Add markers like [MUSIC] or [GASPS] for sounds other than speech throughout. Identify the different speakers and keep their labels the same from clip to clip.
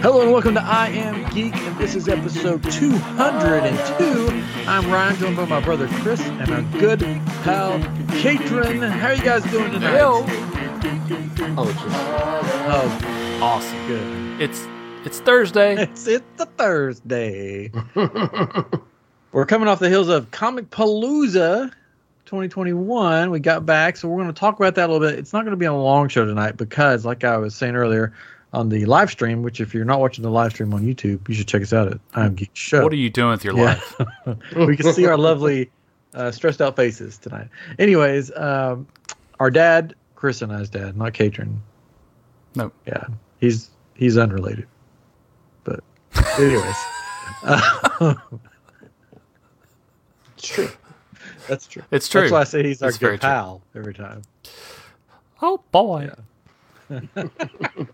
Speaker 1: Hello and welcome to I Am Geek, and this is episode 202. I'm Ryan, joined by my brother Chris and our good pal Katrin. How are you guys doing tonight?
Speaker 2: Oh, it's just
Speaker 1: Oh,
Speaker 3: Awesome.
Speaker 1: good.
Speaker 3: It's
Speaker 1: [LAUGHS]
Speaker 3: it's Thursday.
Speaker 1: It's it's a Thursday. We're coming off the heels of Comic Palooza 2021. We got back, so we're going to talk about that a little bit. It's not going to be a long show tonight because, like I was saying earlier on the live stream, which if you're not watching the live stream on YouTube, you should check us out at I Am Geek Show.
Speaker 3: What are you doing with your
Speaker 1: Yeah.
Speaker 3: life?
Speaker 1: [LAUGHS] we can see our lovely uh, stressed out faces tonight. Anyways, um, our dad, Chris and I's dad, not Katrin.
Speaker 3: No.
Speaker 1: Yeah, he's he's unrelated. But anyways,
Speaker 3: [LAUGHS]
Speaker 1: uh,
Speaker 2: true.
Speaker 1: that's true.
Speaker 3: It's true.
Speaker 1: That's why I say he's our
Speaker 3: It's very
Speaker 1: good
Speaker 3: true.
Speaker 1: pal every time.
Speaker 3: Oh boy.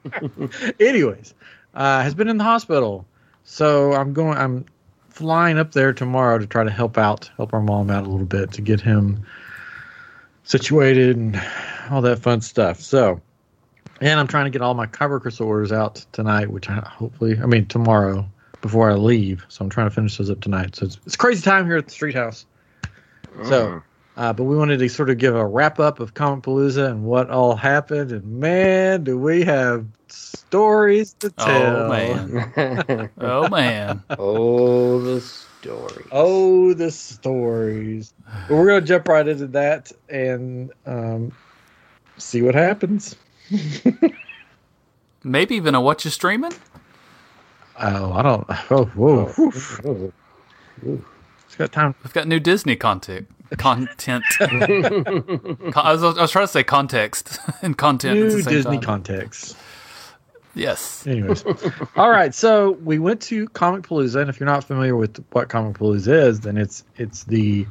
Speaker 1: [LAUGHS] Anyways, uh, has been in the hospital, so I'm going. I'm flying up there tomorrow to try to help out, help our mom out a little bit to get him situated and all that fun stuff. So, and I'm trying to get all my coworkers orders out tonight, which I hopefully, I mean tomorrow before I leave. So I'm trying to finish those up tonight. So it's, it's a crazy time here at the street house. So. Uh, but we wanted to sort of give a wrap up of Comic Palooza and what all happened. And man, do we have stories to
Speaker 3: Oh
Speaker 1: tell.
Speaker 3: man. [LAUGHS]
Speaker 1: [LAUGHS]
Speaker 3: Oh man.
Speaker 2: oh, the story.
Speaker 1: Oh, the stories. But we're going to jump right into that and um, see what happens.
Speaker 3: Maybe even a what you streaming?
Speaker 1: Oh, I don't. Oh, whoa. whew. It's got time.
Speaker 3: We've got new Disney content.
Speaker 1: [LAUGHS]
Speaker 3: Content. Con- I, was, I was trying to say context [LAUGHS] and content. at
Speaker 1: New
Speaker 3: the same
Speaker 1: Disney
Speaker 3: time.
Speaker 1: context.
Speaker 3: Yes.
Speaker 1: Anyways, all right. So we went to Comic Palooza, and if you're not familiar with what Comic Palooza is, then it's it's the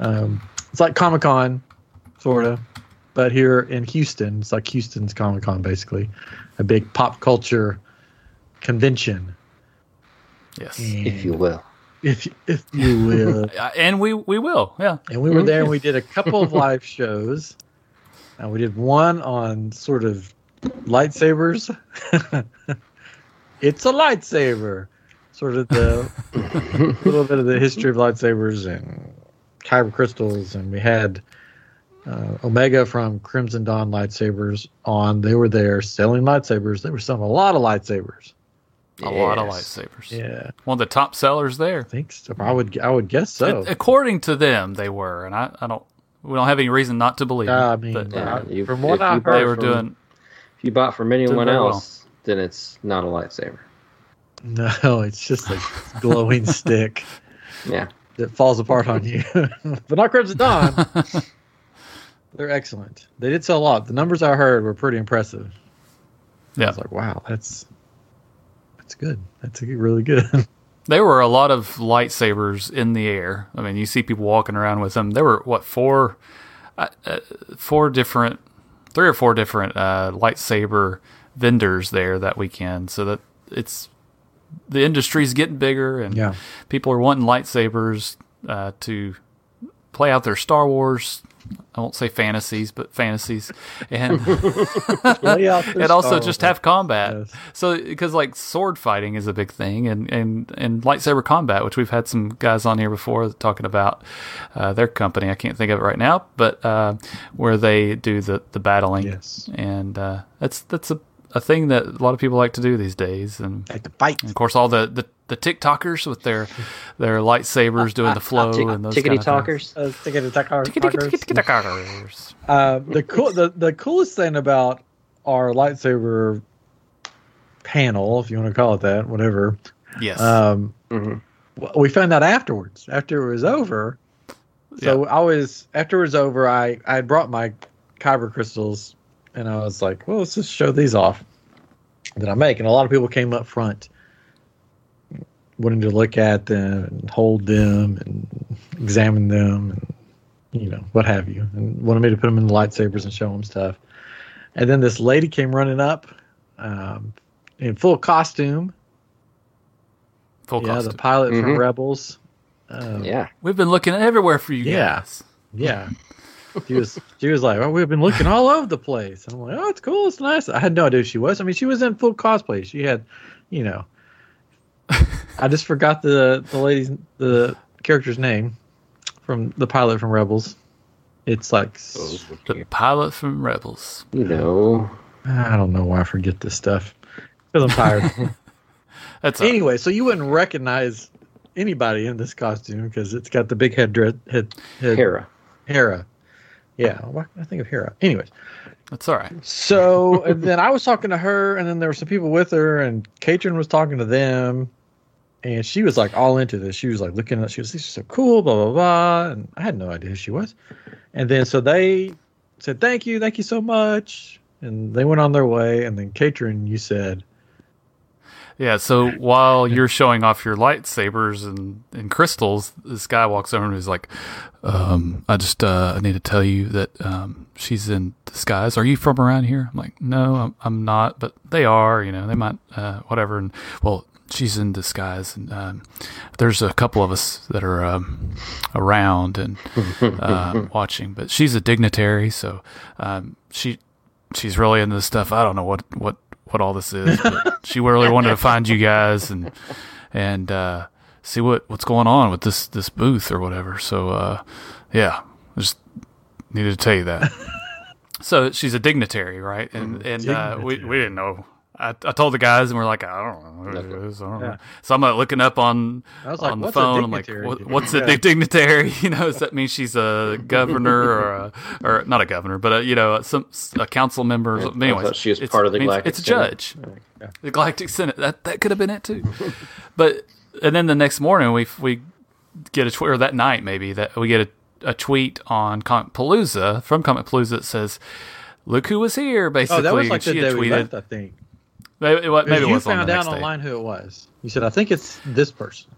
Speaker 1: um, it's like Comic Con, sort of, but here in Houston, it's like Houston's Comic Con, basically, a big pop culture convention,
Speaker 3: Yes.
Speaker 2: if you will.
Speaker 1: if if you
Speaker 2: [LAUGHS]
Speaker 1: will.
Speaker 3: Uh, And we we will. Yeah.
Speaker 1: and we were there and we did a couple of live shows and we did one on sort of lightsabers [LAUGHS] it's a lightsaber sort of the little bit of the history of lightsabers and kyber crystals and we had uh, omega from crimson dawn lightsabers on they were there selling lightsabers they were selling a lot of lightsabers
Speaker 3: A lot of
Speaker 2: Yes.
Speaker 3: lightsabers.
Speaker 1: yeah
Speaker 3: One of the top sellers there.
Speaker 1: i think so i would i would guess so
Speaker 3: A- according to them, they were, and I, I don't. We don't have any reason not to believe.
Speaker 1: Yeah, I
Speaker 3: it,
Speaker 1: mean,
Speaker 3: but
Speaker 1: yeah,
Speaker 2: you-
Speaker 1: from what
Speaker 2: if
Speaker 1: i
Speaker 2: you
Speaker 1: heard
Speaker 3: they were
Speaker 2: from-
Speaker 3: doing.
Speaker 2: If you bought from anyone
Speaker 3: very well.
Speaker 2: else, then it's not a lightsaber.
Speaker 1: no it's just a glowing stick
Speaker 2: Yeah.
Speaker 1: that falls apart on you. but not Crimson Dawn. [LAUGHS] They're excellent. They did sell a lot. The numbers I heard were pretty impressive. I
Speaker 3: Yeah,
Speaker 1: was like, wow, that's that's good. That's a good- really [LAUGHS] good.
Speaker 3: there were a lot of lightsabers in the air. I mean, you see people walking around with them. There were what four, uh, uh, four different, three or four different uh, lightsaber vendors there that weekend. So that it's the industry's getting bigger, and
Speaker 1: Yeah.
Speaker 3: people are wanting lightsabers uh, to play out their Star Wars. I won't say fantasies, but fantasies, and. and also just have combat.
Speaker 1: Yes.
Speaker 3: So because like sword fighting is a big thing, and and and lightsaber combat, which we've had some guys on here before talking about uh, their company. I can't think of it right now, but uh, where they do the the battling,
Speaker 1: Yes.
Speaker 3: and uh, that's that's a a thing that a lot of people like to do these days, and
Speaker 1: like to fight.
Speaker 3: of course all the the, the TikTokers with their their lightsabers doing the flow
Speaker 2: Tick-
Speaker 3: Oh, and those kind
Speaker 2: tickety
Speaker 3: of
Speaker 2: talkers.
Speaker 1: Uh, tick- tick- tick-
Speaker 3: Things. Tickety-
Speaker 1: tickers.
Speaker 3: tickety- tickety-talkers.
Speaker 1: Uh, [LAUGHS] the cool the, the coolest thing about our lightsaber panel, if you want to call it that, whatever.
Speaker 3: Yes.
Speaker 1: Um,
Speaker 2: Mhm.
Speaker 1: Well, we found out afterwards after it was over so i was after it was over i i had brought my kyber crystals and i was like well let's just show these off that i make and a lot of people came up front wanting to look at them and hold them and examine them and you know what have you and wanted me to put them in the lightsabers and show them stuff and then this lady came running up um, in full costume
Speaker 3: Full
Speaker 1: yeah,
Speaker 3: cost.
Speaker 1: the pilot from
Speaker 2: Mhm.
Speaker 1: Rebels. Um, yeah,
Speaker 2: Yeah.
Speaker 3: We've been looking everywhere for you
Speaker 1: Yeah.
Speaker 3: guys.
Speaker 1: she was she was like, well, we've been looking "Oh, all over the place. And I'm like, oh, it's cool, it's nice. I had no idea who she was. I mean, she was in full cosplay. She had you know, I just forgot the the lady's the character's name from the pilot from Rebels. It's like s-
Speaker 3: The pilot from Rebels.
Speaker 2: You know,
Speaker 1: I don't know why I forget this stuff because I'm tired.
Speaker 3: That's a,
Speaker 1: anyway, so you wouldn't recognize anybody in this costume because it's got the big head dread head, head
Speaker 2: Hera.
Speaker 1: Hera. Yeah, why can I think of Hera? Anyways,
Speaker 3: that's all right.
Speaker 1: so and then I was talking to her, and then there were some people with her, and Katrin was talking to them, and she was like all into this. She was like looking at, she was this is so cool, blah blah blah, and I had no idea who she was. And then so they said thank you, thank you so much, and they went on their way. And then Katrin, you said,
Speaker 3: Yeah, so while you're showing off your lightsabers and, and crystals, this guy walks over and he's like, um, I just uh, I need to tell you that um, she's in disguise. Are you from around here? I'm like, no, I'm, I'm not, but they are, you know, they might, uh, whatever. And well, she's in disguise. And um, there's a couple of us that are um, around and um, watching, but she's a dignitary, so um, she she's really into this stuff. I don't know what what what all this is,
Speaker 1: [LAUGHS]
Speaker 3: but she really wanted to find you guys and and uh, see what what's going on with this this booth or whatever. So uh, yeah, just needed to tell
Speaker 1: [LAUGHS]
Speaker 3: you that. so she's a dignitary, right? And and uh, we
Speaker 1: Mm-hmm. Dignitary.
Speaker 3: we didn't know. I, I told the guys and we're like, I don't know. What it is. I don't
Speaker 1: Yeah.
Speaker 3: know. So I'm like looking up on
Speaker 1: I was like,
Speaker 3: on
Speaker 1: "What's a
Speaker 3: the phone. I'm like,
Speaker 1: dignitary?"
Speaker 3: what, what's
Speaker 1: Yeah.
Speaker 3: a dignitary? [LAUGHS] You know, does that mean she's a governor or a, or not a governor, but a, you know, some a council member? Or something.
Speaker 2: I
Speaker 3: Anyways,
Speaker 2: thought she was
Speaker 3: it's-
Speaker 2: part of the
Speaker 3: means
Speaker 2: Galactic
Speaker 3: It's a
Speaker 2: Senate.
Speaker 3: judge. The Galactic Senate. That that could have been it too. [LAUGHS] but and then the next morning we we get a tweet or that night maybe that we get a, a tweet on Comic Palooza from Comic Palooza that says. Look who was here! Basically,
Speaker 1: oh, that was like the
Speaker 3: she had
Speaker 1: day we
Speaker 3: tweeted.
Speaker 1: left, I think.
Speaker 3: Maybe, it wa- maybe it
Speaker 1: you
Speaker 3: was on
Speaker 1: found
Speaker 3: the
Speaker 1: out
Speaker 3: next day.
Speaker 1: online who it was. You said, I think it's this person.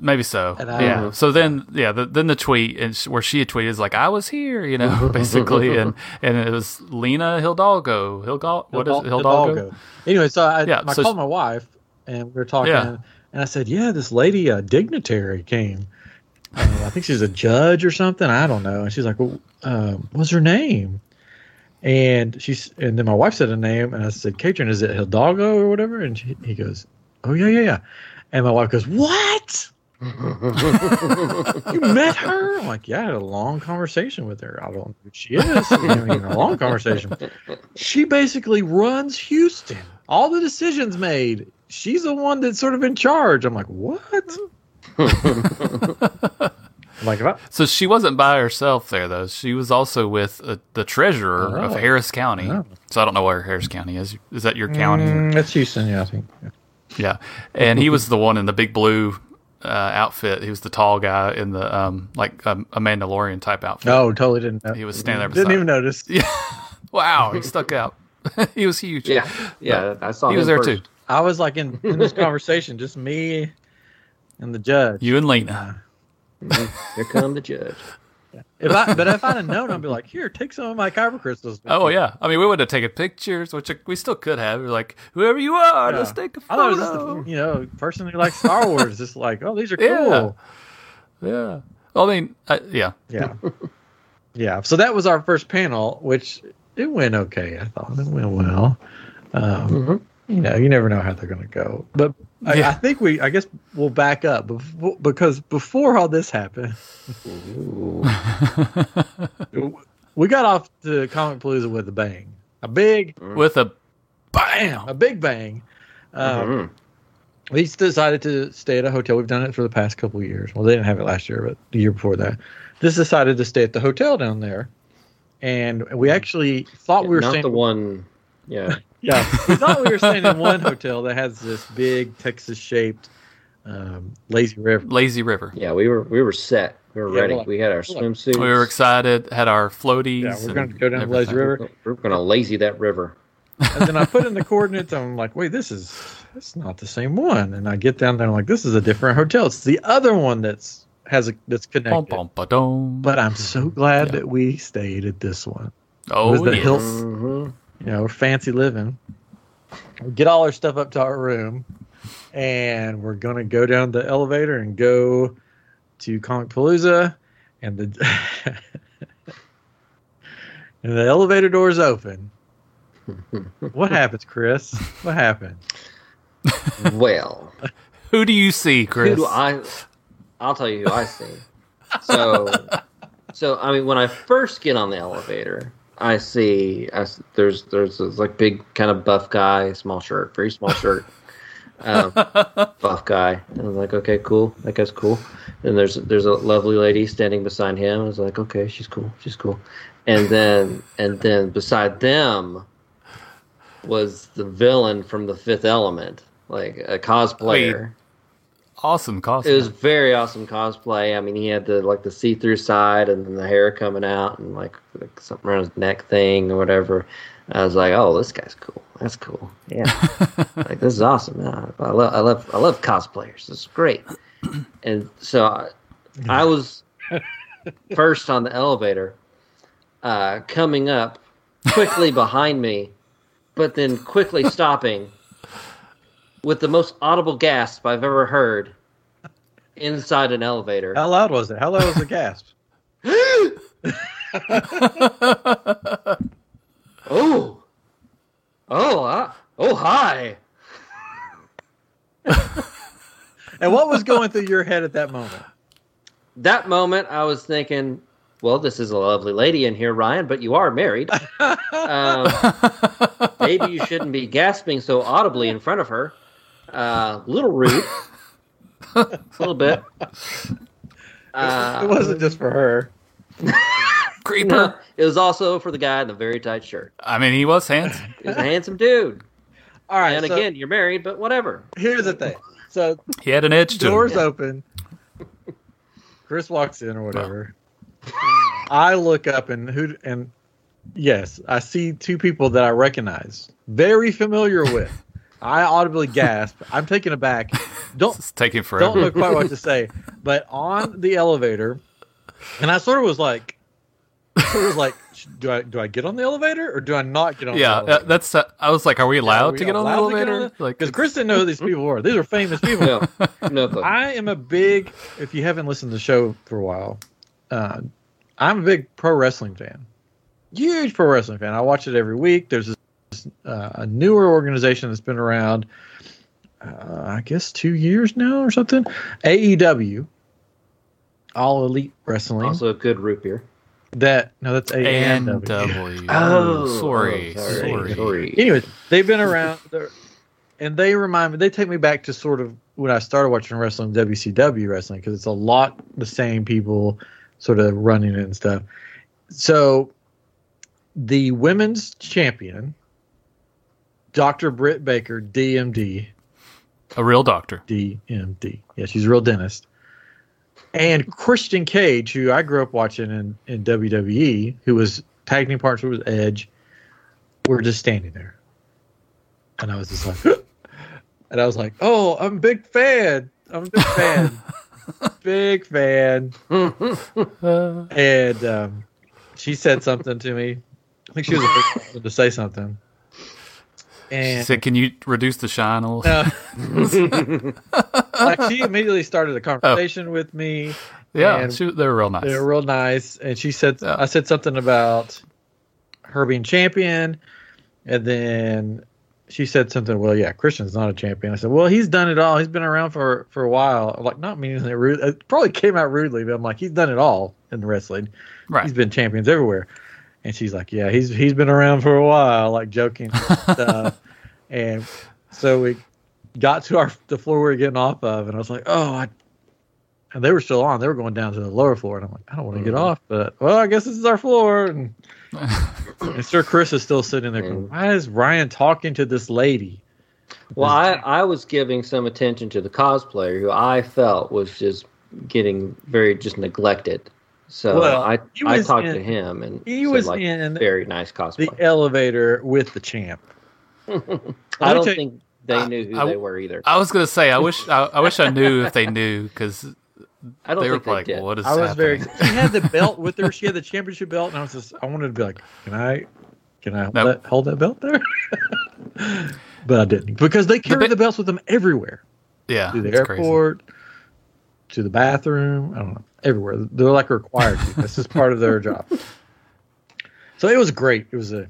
Speaker 3: Maybe so.
Speaker 1: And I
Speaker 3: yeah.
Speaker 1: don't know.
Speaker 3: So then, yeah, the, then the tweet and sh- where she had tweeted is like, "I was here," you know, [LAUGHS] basically,
Speaker 1: [LAUGHS]
Speaker 3: and and it was Lena Hidalgo. Hidalgo. What is it? Hidalgo?
Speaker 1: Hidalgo. Anyway, so I,
Speaker 3: Yeah,
Speaker 1: I
Speaker 3: so-
Speaker 1: called my wife and we were talking,
Speaker 3: Yeah.
Speaker 1: and I said, "Yeah, this lady, a dignitary, came. Uh, I think she's a judge or something. I don't know." And she's like, well, uh, "What's her name?" And she's and then my wife said a name, and I said, "Katrin, is it Hidalgo or whatever?" And she, he goes, "Oh yeah, yeah, yeah." And my wife goes, "What?" you met her? I'm like, yeah, I had a long conversation with her. I don't know who she is. I mean, a long conversation. She basically runs Houston. All the decisions made. She's the one that's sort of in charge. I'm like, what? I'm like, if I-
Speaker 3: So she wasn't by herself there though. She was also with uh, the treasurer of
Speaker 1: Oh.
Speaker 3: Harris County.
Speaker 1: Oh.
Speaker 3: So I don't know where Harris County is. Is that your county?
Speaker 1: Mm, that's Houston, yeah, I think.
Speaker 3: Yeah, and he was the one in the big blue uh, outfit. He was the tall guy in the um like um, a Mandalorian type outfit.
Speaker 1: No, Oh, totally didn't. Know.
Speaker 3: He was standing there. Beside
Speaker 1: Didn't even notice.
Speaker 3: Wow, he stuck out. [LAUGHS] he was huge.
Speaker 2: Yeah, yeah, I saw
Speaker 3: he was
Speaker 2: him
Speaker 3: there
Speaker 2: first.
Speaker 3: too.
Speaker 2: [LAUGHS]
Speaker 1: I was like in, in
Speaker 3: [LAUGHS]
Speaker 1: this conversation, just me and the judge.
Speaker 3: You and Lena.
Speaker 2: Mm-hmm. Here come the judge.
Speaker 1: If I, but if I'd have known, I'd be like, here, take some of my kyber crystals.
Speaker 3: Oh yeah, I mean we would have taken pictures, which we still could have. We're like, whoever you are,
Speaker 1: Yeah.
Speaker 3: let's take a
Speaker 1: I thought it was just
Speaker 3: photo.
Speaker 1: the you know person who likes Star Wars, just like oh these are cool.
Speaker 3: Oh, Yeah. yeah. Well, I mean, I, yeah,
Speaker 1: Yeah. [LAUGHS] yeah. So that was our first panel, which it went okay. I thought it went well. Um, You know, you never know how they're going to go. But I,
Speaker 3: Yeah.
Speaker 1: I think we, I guess we'll back up befo- because before all this happened,
Speaker 2: Ooh.
Speaker 1: [LAUGHS] we got off to Comic Palooza with a bang. A big,
Speaker 3: with a
Speaker 1: bam, a big bang. Um,
Speaker 2: Mhm.
Speaker 1: We s- decided to stay at a hotel. We've done it for the past couple of years. Well, they didn't have it last year, but the year before that. Just decided to stay at the hotel down there. And we actually thought we were
Speaker 2: Not
Speaker 1: staying
Speaker 2: the one. Yeah,
Speaker 1: [LAUGHS] yeah, we thought we were staying in one hotel that has this big Texas-shaped um, lazy river.
Speaker 3: lazy river.
Speaker 2: yeah, we were we were set. We were
Speaker 1: Yeah,
Speaker 2: ready.
Speaker 1: we're like-
Speaker 2: we had our
Speaker 1: we're like-
Speaker 2: swimsuits.
Speaker 3: We were excited, had our floaties.
Speaker 1: Yeah, we're
Speaker 3: and
Speaker 1: going to go down the lazy
Speaker 3: everything.
Speaker 1: river.
Speaker 2: We were gonna lazy that river.
Speaker 1: And then I put in the coordinates. And I'm like, wait, this is it's not the same one. And I get down there. and I'm like, this is a different hotel. It's the other one that's has a that's connected.
Speaker 3: Bum, bum, ba-dum.
Speaker 1: But I'm so glad
Speaker 3: Yeah.
Speaker 1: that we stayed at this one.
Speaker 3: oh,
Speaker 1: was the
Speaker 3: yes.
Speaker 1: hill-
Speaker 2: hmm
Speaker 1: you know, fancy living. We get all our stuff up to our room, and we're gonna go down the elevator and go to Comic Palooza, and [LAUGHS] the and the elevator doors open, What happens, Chris? What happened?
Speaker 2: well,
Speaker 3: Who do you see,
Speaker 2: who
Speaker 3: Chris?
Speaker 2: do I? I'll tell you who I see. So, so I mean, when I first get on the elevator, I see I s there's there's this like big kind of buff guy, small shirt, very small shirt, um, buff guy, and I'm like, okay, cool, that guy's cool. And there's there's a lovely lady standing beside him. I was like, okay, she's cool, she's cool. And then and then beside them was the villain from The Fifth Element, like a cosplayer.
Speaker 3: awesome costume.
Speaker 2: It was very awesome cosplay. I mean, he had the like the see-through side and then the hair coming out and like, like something around his neck thing or whatever. I was like, oh, this guy's cool. That's cool. Yeah, [LAUGHS] like this is awesome. man. I love, I love, I love cosplayers. It's great. And so I, I was first on the elevator, uh, coming up quickly behind me, but then quickly stopping with the most audible gasp I've ever heard inside an elevator.
Speaker 1: How loud was it? How loud was the gasp?
Speaker 2: [LAUGHS] Oh, oh, uh, oh, hi.
Speaker 1: And what was going through your head at that moment?
Speaker 2: That moment, I was thinking, well, this is a lovely lady in here, Ryan, but you are married. um, maybe you shouldn't be gasping so audibly in front of her. Uh, little rude, a little bit.
Speaker 1: it
Speaker 2: Uh,
Speaker 1: wasn't just for her.
Speaker 3: Creeper.
Speaker 2: no, [LAUGHS] it was also for the guy in the very tight shirt.
Speaker 3: I mean, he was handsome.
Speaker 2: He was a handsome dude.
Speaker 1: All right.
Speaker 2: And
Speaker 1: so
Speaker 2: again, you're married, but whatever.
Speaker 1: here's the thing. So
Speaker 3: He had an edge to
Speaker 1: doors
Speaker 3: him.
Speaker 1: open. Chris walks in or whatever. I look up and who and yes, I see two people that I recognize, very familiar with. I audibly gasp. I'm taken aback. Don't
Speaker 3: It's taking forever.
Speaker 1: don't know quite what to say, but on the elevator, and I sort of was like, sort of was like, sh- do I do I get on the elevator or do I not get on?
Speaker 3: yeah,
Speaker 1: the
Speaker 3: uh, that's. Uh, I was like, are we allowed to get on the elevator? Like,
Speaker 1: because Chris didn't know who these people were. These are famous people.
Speaker 2: No, no
Speaker 1: [LAUGHS]
Speaker 2: clue.
Speaker 1: I am a big. If you haven't listened to the show for a while, uh, I'm a big pro wrestling fan. Huge pro wrestling fan. I watch it every week. There's this, uh, a newer organization that's been around, uh, I guess, two years now or something. AEW, All Elite Wrestling.
Speaker 2: Also, a good root beer.
Speaker 1: that no, that's E
Speaker 3: and
Speaker 1: AEW.
Speaker 3: E W. sorry,
Speaker 2: oh,
Speaker 3: sorry.
Speaker 1: Anyways, they've been around, they're- and they remind me. They take me back to sort of when I started watching wrestling, WCW wrestling, because it's a lot the same people, sort of running it and stuff. So, the women's champion, Doctor Britt Baker, DMD,
Speaker 3: A real doctor.
Speaker 1: DMD. Yeah, she's a real dentist. And Christian Cage, who I grew up watching in, in WWE, who was tag team partner with Edge, were just standing there. And I was just like, [LAUGHS] and I was like, oh, I'm a big fan. I'm a big fan. [LAUGHS] big fan.
Speaker 3: Uh,
Speaker 1: [LAUGHS] And um, she said something to me. I think she was the first person to say something.
Speaker 3: she
Speaker 1: And
Speaker 3: said, "Can you reduce the shine a little?"
Speaker 1: no. like she immediately started a conversation with me.
Speaker 3: yeah,
Speaker 1: and-
Speaker 3: she, they were real nice.
Speaker 1: They were real nice, and she said,
Speaker 3: Yeah.
Speaker 1: "I said something about her being champion," and then she said something. Well, yeah, Christian's not a champion. I said, "Well, he's done it all. He's been around for for a while." I'm like, not meaning it rude. [LAUGHS] It probably came out rudely, but I'm like, he's done it all in wrestling. He's
Speaker 3: right.
Speaker 1: been champions everywhere. And she's like, Yeah, he's he's been around for a while, like joking and stuff. And so we got to our the floor we were getting off of, and I was like, Oh, I and they were still on. They were going down to the lower floor, and I'm like, I don't want to get
Speaker 2: Mhm.
Speaker 1: off, but well, I guess this is our floor. And, and Sir Chris is still sitting there going,
Speaker 2: Mhm.
Speaker 1: Why is Ryan talking to this lady?
Speaker 2: Well, I, I was giving some attention to the cosplayer who I felt was just getting very just neglected. So
Speaker 1: Well,
Speaker 2: I
Speaker 1: he
Speaker 2: I
Speaker 1: was
Speaker 2: talked to
Speaker 1: in-
Speaker 2: him and
Speaker 1: he
Speaker 2: said,
Speaker 1: was
Speaker 2: like,
Speaker 1: in
Speaker 2: very nice
Speaker 1: The
Speaker 2: cosplay.
Speaker 1: elevator with the champ.
Speaker 2: I don't
Speaker 1: tell you-
Speaker 2: think they
Speaker 3: I-
Speaker 2: knew who
Speaker 3: I-
Speaker 2: they were either.
Speaker 3: I
Speaker 2: I,
Speaker 3: was gonna say, I wish, I, I wish I knew if they knew because
Speaker 2: don't
Speaker 3: they were
Speaker 2: think they
Speaker 3: like,
Speaker 2: did.
Speaker 3: "What is
Speaker 1: I was
Speaker 3: happening?"
Speaker 1: very. She had the belt with her. She had the championship belt, and I was just. I wanted to be like, can I, can I
Speaker 3: No.
Speaker 1: let- hold that belt there? [LAUGHS] but I didn't because they carry the,
Speaker 3: ba-
Speaker 1: belts with them everywhere
Speaker 3: yeah,
Speaker 1: to the
Speaker 3: it's crazy.
Speaker 1: airport, to the bathroom. I don't know everywhere. They're like required. to. This is part of their job. So it was great. It was a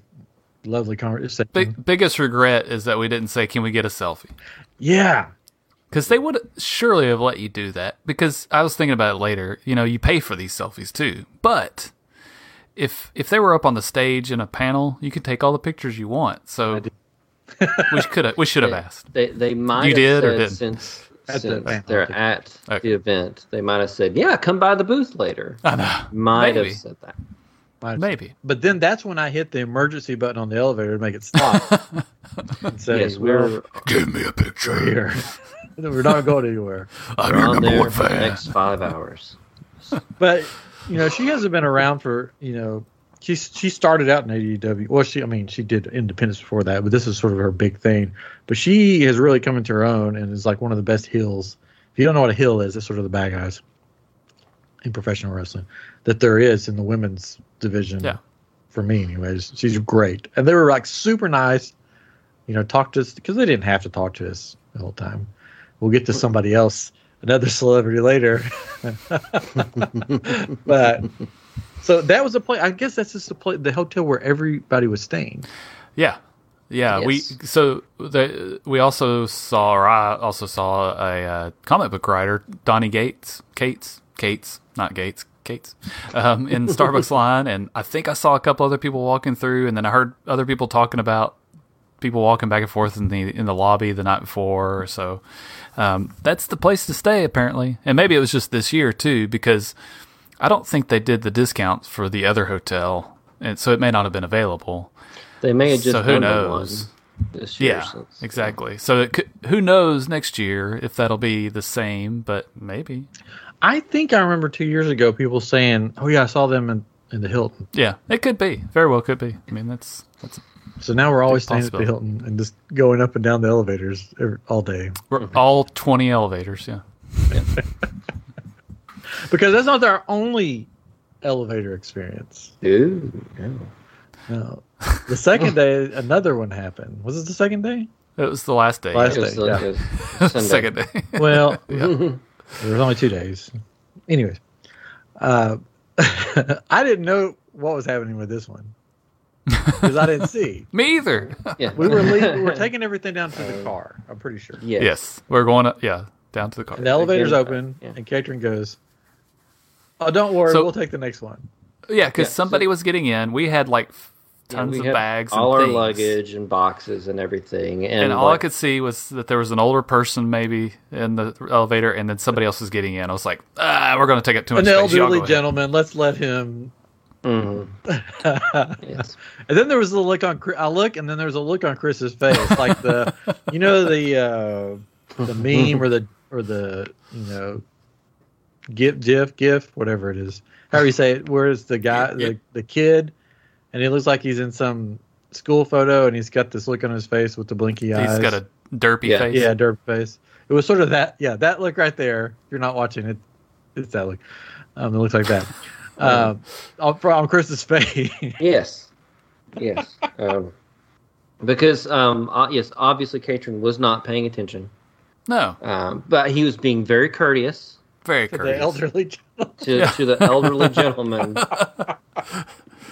Speaker 1: lovely conversation.
Speaker 3: Big, biggest regret is that we didn't say, "Can we get a selfie?"
Speaker 1: yeah,
Speaker 3: Because they would surely have let you do that. Because I was thinking about it later. You know, you pay for these selfies too. But if if they were up on the stage in a panel, you could take all the pictures you want. So we could have we should have asked.
Speaker 2: They they might
Speaker 3: You
Speaker 2: have
Speaker 3: did or
Speaker 2: said
Speaker 3: didn't?
Speaker 2: since,
Speaker 1: At the
Speaker 2: since
Speaker 1: event.
Speaker 2: they're at
Speaker 3: Okay.
Speaker 2: the event, they might have said, "Yeah, come by the booth later."
Speaker 3: I know.
Speaker 2: Might
Speaker 3: Maybe.
Speaker 2: have said that.
Speaker 1: Might-
Speaker 3: Maybe.
Speaker 1: But then that's when I hit the emergency button on the elevator to make it stop. and say,
Speaker 2: yes, we're
Speaker 3: Give me a picture
Speaker 1: here. [LAUGHS] we're not going anywhere.
Speaker 3: I'm
Speaker 2: on there for the next five hours.
Speaker 1: But you know, she hasn't been around for you know. She she started out in AEW. Well, she I mean she did Independence before that, but this is sort of her big thing. But she has really come into her own and is like one of the best heels. If you don't know what a heel is, it's sort of the bad guys in professional wrestling that there is in the women's division.
Speaker 3: Yeah.
Speaker 1: For me, anyways, she's great, and they were like super nice. You know, talk to us because they didn't have to talk to us the whole time. We'll get to somebody else, another celebrity later. but so that was the place. I guess that's just the place, the hotel where everybody was staying.
Speaker 3: Yeah, yeah. We
Speaker 2: Yes.
Speaker 3: so the, we also saw, or I also saw a uh, comic book writer, Donnie Gates, Cates, Cates, not Gates, Cates, um, in the Starbucks line, and I think I saw a couple other people walking through, and then I heard other people talking about people walking back and forth in the in the lobby the night before. So um, that's the place to stay apparently, and maybe it was just this year too because I don't think they did the discounts for the other hotel, and so it may not have been available
Speaker 2: They may have just
Speaker 3: so who
Speaker 2: done the
Speaker 3: knows?
Speaker 2: one this year.
Speaker 3: Yeah,
Speaker 2: since-
Speaker 3: exactly. So it could, who knows next year if that'll be the same? But maybe.
Speaker 1: I think I remember two years ago people saying, "Oh yeah, I saw them in, in the Hilton."
Speaker 3: Yeah, it could be. Very well could be. I mean, that's that's
Speaker 1: So now we're always staying at the
Speaker 3: possibility.
Speaker 1: Hilton and just going up and down the elevators every, all day
Speaker 3: we're
Speaker 2: Mm-hmm.
Speaker 3: all twenty elevators. Yeah.
Speaker 1: because that's not our only elevator experience.
Speaker 2: Ooh, yeah.
Speaker 1: No. The second day, another one happened. Was it the second day?
Speaker 3: It was the last day. [LAUGHS]
Speaker 1: Last
Speaker 2: It was
Speaker 1: day,
Speaker 2: like
Speaker 1: yeah.
Speaker 2: a
Speaker 3: yeah.
Speaker 2: Sunday.
Speaker 3: Second day.
Speaker 2: [LAUGHS]
Speaker 1: Well,
Speaker 3: yeah.
Speaker 1: There was only two days. Anyways, uh, [LAUGHS] I didn't know what was happening with this one because I didn't see.
Speaker 3: Me either.
Speaker 2: Yeah. [LAUGHS]
Speaker 1: We were leaving, [LAUGHS] we were taking everything down to
Speaker 3: Uh,
Speaker 1: the car. I'm pretty sure.
Speaker 2: Yes.
Speaker 3: Yes. We're going up. Yeah. Down to the car.
Speaker 1: And the elevator's
Speaker 2: Yeah.
Speaker 1: open,
Speaker 2: Yeah.
Speaker 1: and Catherine goes, "Oh, don't worry,
Speaker 3: So-
Speaker 1: we'll take the next one."
Speaker 3: yeah, because
Speaker 2: Yeah, so-
Speaker 3: somebody was getting in. We had like f-
Speaker 2: Yeah,
Speaker 3: tons
Speaker 2: we
Speaker 3: of
Speaker 2: had
Speaker 3: bags, and
Speaker 2: all our
Speaker 3: things.
Speaker 2: luggage and boxes and everything, and,
Speaker 3: And, all I
Speaker 2: like,
Speaker 3: could see was that there was an older person maybe in the elevator, and then somebody else was getting in. I was like, ah, we're going to take up too much
Speaker 1: An
Speaker 3: space. Y'all go
Speaker 1: elderly
Speaker 3: ahead."
Speaker 1: gentleman. Let's let him. [LAUGHS]
Speaker 2: mhm,
Speaker 1: and
Speaker 2: yes.
Speaker 1: then there was the look on. Chri- I look, and then there was a look on Chris's face, like
Speaker 3: [LAUGHS]
Speaker 1: the, you know, the uh, the meme or the or the you know, gif, gif, gif, whatever it is. However you say it. Where's the guy,
Speaker 3: Yeah.
Speaker 1: the, the kid, and he looks like he's in some school photo, and he's got this look on his face with the blinky eyes.
Speaker 3: He's got a derpy
Speaker 2: Yeah.
Speaker 3: face.
Speaker 1: Yeah, derp face. It was sort of that. Yeah, that look right there. If you're not watching it, it's that look. Um, it looks like
Speaker 3: [LAUGHS]
Speaker 1: that. Um, on, on Chris's face. [LAUGHS]
Speaker 2: Yes. Yes. um, because um, o- yes, obviously Katrin was not paying attention,
Speaker 3: No,
Speaker 2: um, but he was being very courteous
Speaker 3: very
Speaker 1: the
Speaker 3: courteous.
Speaker 1: elderly. gentleman.
Speaker 2: to,
Speaker 3: Yeah.
Speaker 2: to
Speaker 3: [LAUGHS]
Speaker 2: the elderly gentleman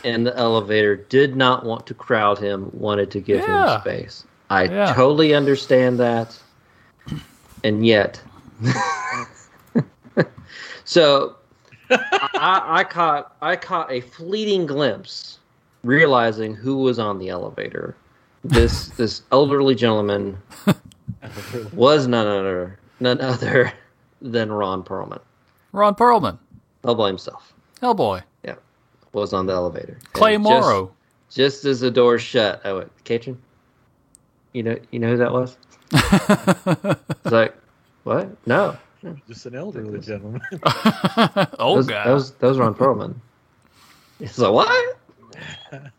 Speaker 2: in the elevator. Did not want to crowd him. Wanted to give
Speaker 3: Yeah.
Speaker 2: him space. I
Speaker 3: Yeah.
Speaker 2: totally understand that, and yet, [LAUGHS] so I, I caught I caught a fleeting glimpse, realizing who was on the elevator. This this
Speaker 3: [LAUGHS]
Speaker 2: elderly gentleman was none other none other than Ron Perlman.
Speaker 3: Ron Perlman,
Speaker 2: All by himself
Speaker 3: Hellboy,
Speaker 2: was on the elevator.
Speaker 3: Clay
Speaker 2: And
Speaker 3: Morrow. [LAUGHS]
Speaker 2: Just, just as the door shut, I went, "Kitchen." You know, you know who
Speaker 3: [LAUGHS]
Speaker 2: that was? It's like, what? No,
Speaker 1: Just an elderly gentleman. [LAUGHS]
Speaker 2: that
Speaker 3: oh
Speaker 2: was,
Speaker 3: god,
Speaker 2: that was that was Ron Perlman. It's like what?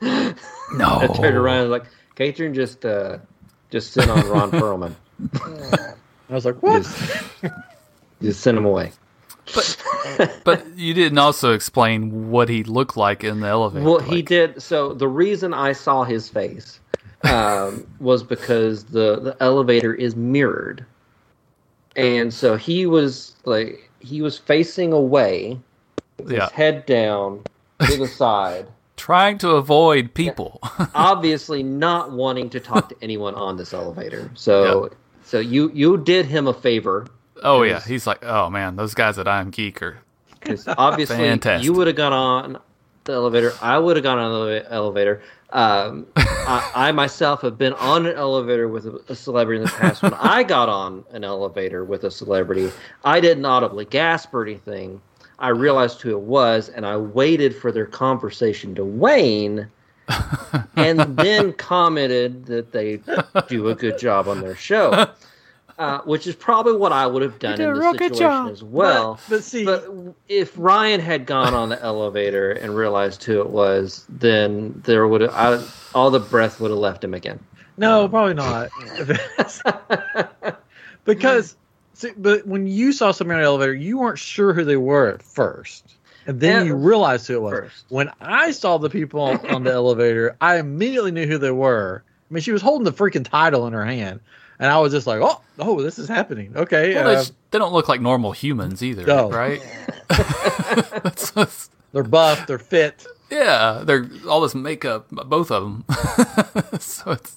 Speaker 3: no.
Speaker 2: I turned around and like, Katrin just uh, just sent on
Speaker 3: [LAUGHS]
Speaker 2: Ron Perlman.
Speaker 1: I was like, what? [LAUGHS]
Speaker 2: Just, just sent him away.
Speaker 3: But you didn't also explain what he looked like in the elevator.
Speaker 2: Well, he
Speaker 3: Like,
Speaker 2: did. So the reason I saw his face um, [LAUGHS] was because the the elevator is mirrored, and so he was like he was facing away,
Speaker 3: yeah, [LAUGHS]
Speaker 2: his head down to the side,
Speaker 3: trying to avoid people.
Speaker 2: obviously not wanting to talk to anyone on this elevator. So so you you did him a favor
Speaker 3: [LAUGHS] oh yeah, he's like, oh man, those guys at I'm Geek are
Speaker 2: because obviously
Speaker 3: Fantastic.
Speaker 2: you would have gone on the elevator. I would have gone on the ele- elevator. Um, I, I myself have been on an elevator with a, a celebrity in the past. When I got on an elevator with a celebrity, I didn't audibly gasp or anything. I realized who it was, and I waited for their conversation to wane. and then commented that they do a good job on their show, uh, which is probably what I would have done
Speaker 3: do a
Speaker 2: in this
Speaker 3: real good
Speaker 2: situation
Speaker 3: job.
Speaker 2: as well.
Speaker 1: But see,
Speaker 2: But if Ryan had gone on the elevator and realized who it was, then there would have all the breath would have left him again.
Speaker 1: no, probably
Speaker 2: [LAUGHS]
Speaker 1: not. because, see, but when you saw somebody on the elevator, you weren't sure who they were at first, and then
Speaker 2: At
Speaker 1: you realized who it was.
Speaker 2: first.
Speaker 1: When I saw the people on, on the elevator, I immediately knew who they were. I mean, she was holding the freaking title in her hand, and I was just like, "Oh, oh, this is happening." Okay,
Speaker 3: Well,
Speaker 1: uh,
Speaker 3: they, just- they don't look like normal humans either,
Speaker 1: No.
Speaker 2: [LAUGHS]
Speaker 3: right? [LAUGHS] That's- that's-
Speaker 1: they're buff, they're fit.
Speaker 3: yeah, they're all this makeup, both of them. [LAUGHS] so it's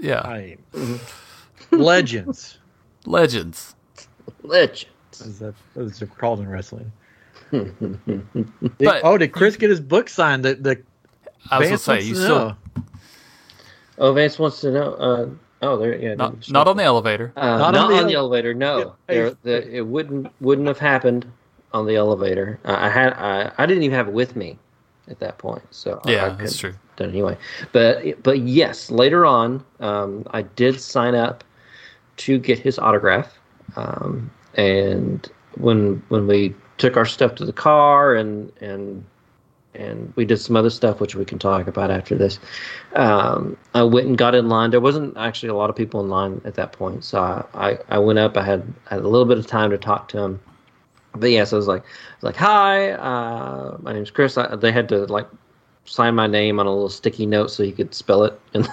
Speaker 3: yeah,
Speaker 1: I
Speaker 2: [LAUGHS]
Speaker 1: legends.
Speaker 3: legends.
Speaker 2: Lich. [LAUGHS]
Speaker 1: Is that is it called in wrestling? Did-
Speaker 3: But-
Speaker 1: oh, did Chris get his book signed? The, the
Speaker 3: I was gonna
Speaker 1: Vance
Speaker 3: say
Speaker 1: wants
Speaker 3: you
Speaker 1: to
Speaker 3: still
Speaker 1: know.
Speaker 2: Oh, Vance wants to know. Uh, oh, there. Yeah,
Speaker 3: not, not on the elevator.
Speaker 1: Not
Speaker 2: uh, not,
Speaker 1: on
Speaker 2: on,
Speaker 1: the
Speaker 2: the
Speaker 1: ele-
Speaker 2: elevator. No,
Speaker 1: Yeah.
Speaker 2: There- the- it wouldn't wouldn't have happened on the elevator. I I had I, I didn't even have it with me at that point, so I- I
Speaker 3: yeah,
Speaker 2: couldn't-
Speaker 3: that's true.
Speaker 2: done anyway. But but yes, later on, um, I did sign up to get his autograph. Um, and when when we took our stuff to the car and and and we did some other stuff which we can talk about after this. Um, I went and got in line. There wasn't actually a lot of people in line at that point, so I, I, I went up. I had had a little bit of time to talk to him. But yes, I was like, I was like, hi, uh, my name's Chris. I, they had to like sign my name on a little sticky note so he could spell it [LAUGHS] in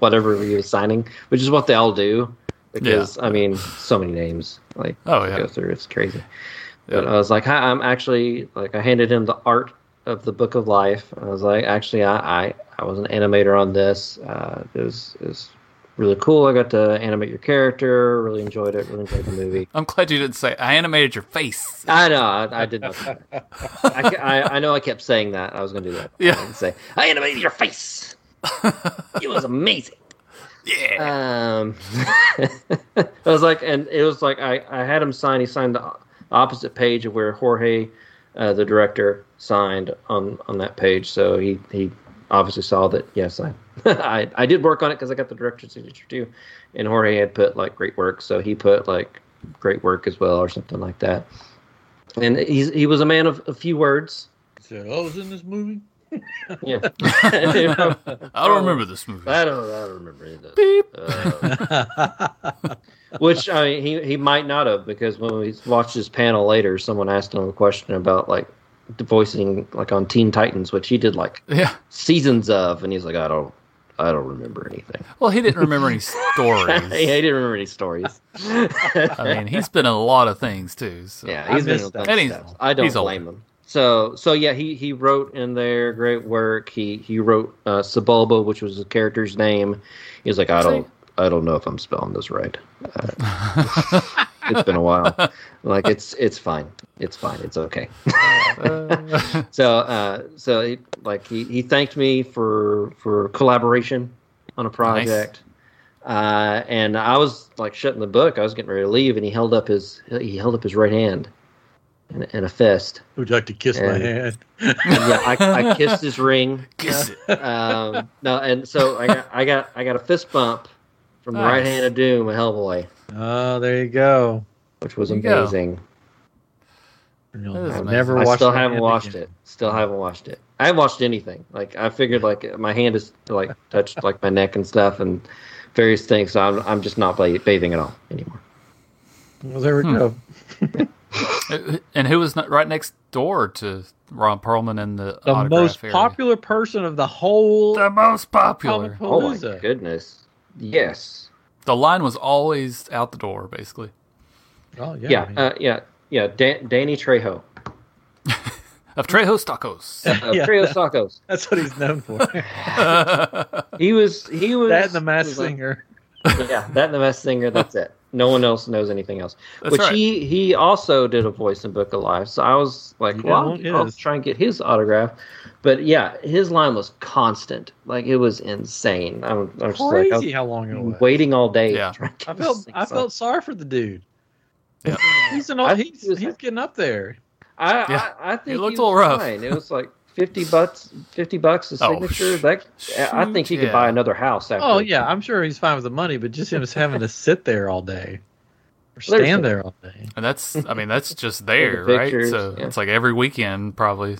Speaker 2: whatever he was signing, which is what they all do. Because I mean, so many names like
Speaker 3: Oh, yeah.
Speaker 2: go through. It's crazy. But I was like, hi, I'm actually like I handed him the art of the Book of Life. I was like, actually, I I, I was an animator on this. Uh, it was it was really cool. I got to animate your character. Really enjoyed it. Really enjoyed the movie.
Speaker 3: I'm glad you didn't say I animated your face.
Speaker 2: I know. I, I did not. do that. I, ca- I, I know. I kept saying that. I was going to do that.
Speaker 3: Yeah.
Speaker 2: I didn't say I animated
Speaker 3: [LAUGHS]
Speaker 2: your face. it was amazing. [LAUGHS]
Speaker 3: Yeah,
Speaker 2: Um, I was like, and it was like I, I had him sign. He signed the opposite page of where Jorge, uh, the director, signed on on that page. So he he obviously saw that. Yes, I [LAUGHS] I, I did work on it because I got the director's signature too, and Jorge had put like great work. So he put like great work as well or something like that. And he's he was a man of a few words.
Speaker 1: So, oh, was in this movie.
Speaker 2: [LAUGHS] Yeah,
Speaker 3: [LAUGHS] I don't remember this movie.
Speaker 2: I don't I don't remember any of those.
Speaker 3: Beep.
Speaker 2: Uh, Um, [LAUGHS] Which I mean, he he might not have because when we watched his panel later, someone asked him a question about like the voicing like on Teen Titans, which he did like
Speaker 3: Yeah.
Speaker 2: seasons of, and he's like, I don't, I don't remember anything.
Speaker 3: Well, he didn't remember
Speaker 2: [LAUGHS]
Speaker 3: any
Speaker 2: yeah, he
Speaker 3: stories.
Speaker 2: didn't remember any stories.
Speaker 3: I mean, he's been in a lot of things too. So.
Speaker 1: I
Speaker 2: Yeah, he's been in
Speaker 1: missed
Speaker 2: a
Speaker 1: that.
Speaker 2: bunch of
Speaker 3: And he's
Speaker 2: stuff.
Speaker 3: old.
Speaker 2: I don't
Speaker 3: He's old.
Speaker 2: blame him. So so yeah, he he wrote in there great work. He he wrote uh, Sebulba, which was the character's name. He was like, I don't I don't know if I'm spelling this right. Uh, [LAUGHS] it's been a while. Like it's it's fine. It's fine. It's okay.
Speaker 3: Uh,
Speaker 2: So uh so he, like he he thanked me for for collaboration on a project. Uh, and I was like shutting the book. I was getting ready to leave, and he held up his he held up his right hand, in, in a fist,
Speaker 1: Would you like to kiss my
Speaker 2: And-
Speaker 1: hand?
Speaker 2: yeah, I,
Speaker 3: [LAUGHS]
Speaker 2: I kissed his ring.
Speaker 3: kiss it.
Speaker 2: Um, no, and so I got, I got, I got a fist bump from the
Speaker 3: Nice.
Speaker 2: right hand of Doom, Hellboy,
Speaker 1: Oh, there you go.
Speaker 2: which was
Speaker 3: There you go.
Speaker 2: amazing.
Speaker 1: You'll
Speaker 3: That is amazing.
Speaker 1: never
Speaker 2: I
Speaker 1: watch
Speaker 2: still
Speaker 1: that
Speaker 2: haven't
Speaker 1: hand
Speaker 2: watched
Speaker 1: again.
Speaker 2: it. Still haven't watched it. I haven't watched anything. Like I figured, like my hand is like touched like my neck and stuff and various things. So I'm, I'm just not ba- bathing at all anymore.
Speaker 1: Well, there
Speaker 3: Hmm.
Speaker 1: we go.
Speaker 3: And who was not right next door to Ron Perlman in the
Speaker 1: The
Speaker 3: autograph
Speaker 1: most
Speaker 3: area?
Speaker 1: popular person of the whole
Speaker 3: The most popular.
Speaker 2: Oh my
Speaker 1: Palooza.
Speaker 2: goodness! Yes.
Speaker 3: The line was always out the door, basically.
Speaker 1: Oh yeah.
Speaker 2: Yeah.
Speaker 1: I mean, [LAUGHS]
Speaker 2: Uh, yeah. Yeah. Dan- Danny Trejo.
Speaker 3: of Trejos
Speaker 2: [LAUGHS]
Speaker 3: Tacos. [LAUGHS]
Speaker 2: Uh,
Speaker 1: Yeah,
Speaker 2: Trio
Speaker 1: that-
Speaker 2: Tacos.
Speaker 1: That's what he's known
Speaker 2: [LAUGHS]
Speaker 1: for. that
Speaker 2: He was he was
Speaker 1: and the mass
Speaker 2: was like-
Speaker 1: singer.
Speaker 2: yeah, that and the Masked Singer. That's it. No one else knows anything else.
Speaker 3: That's
Speaker 2: Which
Speaker 3: right.
Speaker 2: he he also did a voice in Book of Life. So I was like,
Speaker 1: Yeah,
Speaker 2: well,
Speaker 1: it
Speaker 2: I'll, I'll
Speaker 1: is.
Speaker 2: try and get his autograph. But yeah, his line was constant. Like it was insane. I'm, I'm just like, I
Speaker 1: Crazy
Speaker 2: was
Speaker 1: how long it was.
Speaker 2: waiting all day.
Speaker 3: Yeah.
Speaker 2: to try and get
Speaker 1: I
Speaker 2: this
Speaker 1: felt
Speaker 2: thing
Speaker 1: I
Speaker 2: signed.
Speaker 1: felt sorry for the dude.
Speaker 3: Yeah.
Speaker 1: He's an
Speaker 2: I-
Speaker 1: old, he's,
Speaker 2: he was-
Speaker 1: he's getting up there.
Speaker 2: I,
Speaker 3: Yeah.
Speaker 2: I, I think
Speaker 3: looked
Speaker 2: he
Speaker 3: all
Speaker 2: was
Speaker 3: rough.
Speaker 2: Fine. It was like fifty bucks. Fifty bucks a
Speaker 3: Oh,
Speaker 2: signature.
Speaker 3: sh-
Speaker 2: that I think he
Speaker 3: shoot,
Speaker 2: could
Speaker 3: yeah.
Speaker 2: buy another house. After
Speaker 1: Oh yeah, I'm sure he's fine with the money, but just him having
Speaker 2: [LAUGHS]
Speaker 1: to sit there all day or
Speaker 2: Literally.
Speaker 1: stand there all day.
Speaker 3: And that's, I mean, that's
Speaker 2: [LAUGHS]
Speaker 3: just there,
Speaker 2: the
Speaker 3: right?
Speaker 2: pictures,
Speaker 3: So
Speaker 2: yeah.
Speaker 3: it's like every weekend, probably,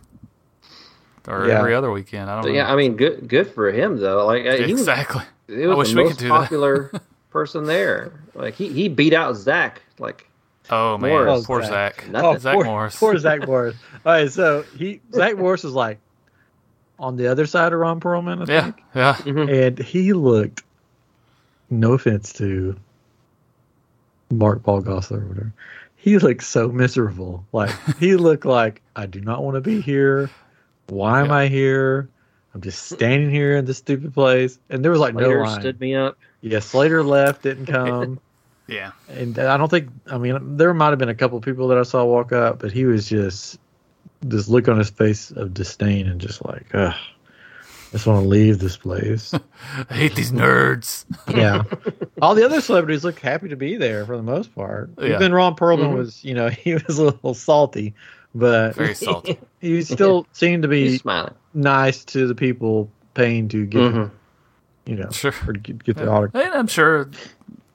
Speaker 3: or
Speaker 1: Yeah.
Speaker 3: every other weekend. I don't
Speaker 2: So,
Speaker 3: know.
Speaker 2: yeah. I mean, good good for him though. Like uh, he was
Speaker 3: exactly. [LAUGHS]
Speaker 2: It was
Speaker 3: I wish
Speaker 2: the
Speaker 3: we could
Speaker 2: most
Speaker 3: do that.
Speaker 2: popular
Speaker 3: [LAUGHS]
Speaker 2: person there. Like he, he beat out Zach. Like
Speaker 3: Oh man,
Speaker 2: Morris.
Speaker 3: poor
Speaker 1: Zach.
Speaker 3: Zach.
Speaker 2: Nothing.
Speaker 3: Zach
Speaker 1: Oh, poor,
Speaker 3: Morris.
Speaker 1: poor
Speaker 3: [LAUGHS]
Speaker 1: Zach Morris. All right, so he Zach Morris is like on the other side of Ron Perlman, I
Speaker 3: Yeah,
Speaker 1: think,
Speaker 3: yeah.
Speaker 1: and he looked. No offense to Mark Paul Gossler or whatever, he looked so miserable.
Speaker 3: [LAUGHS]
Speaker 1: Like he looked like I do not want to be here. Why am
Speaker 3: Yeah.
Speaker 1: I here? I'm just standing here in this stupid place. And there was like
Speaker 2: later
Speaker 1: no line.
Speaker 2: stood me up.
Speaker 1: Yeah, Slater left,
Speaker 3: [LAUGHS]
Speaker 1: didn't come,
Speaker 3: Yeah.
Speaker 1: and I don't think. I mean, there might have been a couple people that I saw walk up, but he was just this look on his face of disdain and just like, Ugh, I just want to leave this
Speaker 3: [LAUGHS]
Speaker 1: place.
Speaker 3: [LAUGHS] I hate these
Speaker 2: [LAUGHS]
Speaker 3: nerds.
Speaker 1: yeah, all the other celebrities look happy to be there for the most part.
Speaker 3: Yeah. Mm-hmm.
Speaker 1: Even Ron Perlman
Speaker 2: Mhm.
Speaker 1: was, you know, [LAUGHS] he was a little salty, but
Speaker 3: Very salty.
Speaker 1: he still seemed to
Speaker 2: He's
Speaker 1: be
Speaker 2: smiling.
Speaker 1: nice to the people paying to get,
Speaker 2: Mhm.
Speaker 1: you know,
Speaker 3: Mm-hmm.
Speaker 2: [LAUGHS]
Speaker 3: Sure.
Speaker 1: or get, get the
Speaker 3: Yeah.
Speaker 1: autograph.
Speaker 3: And I'm sure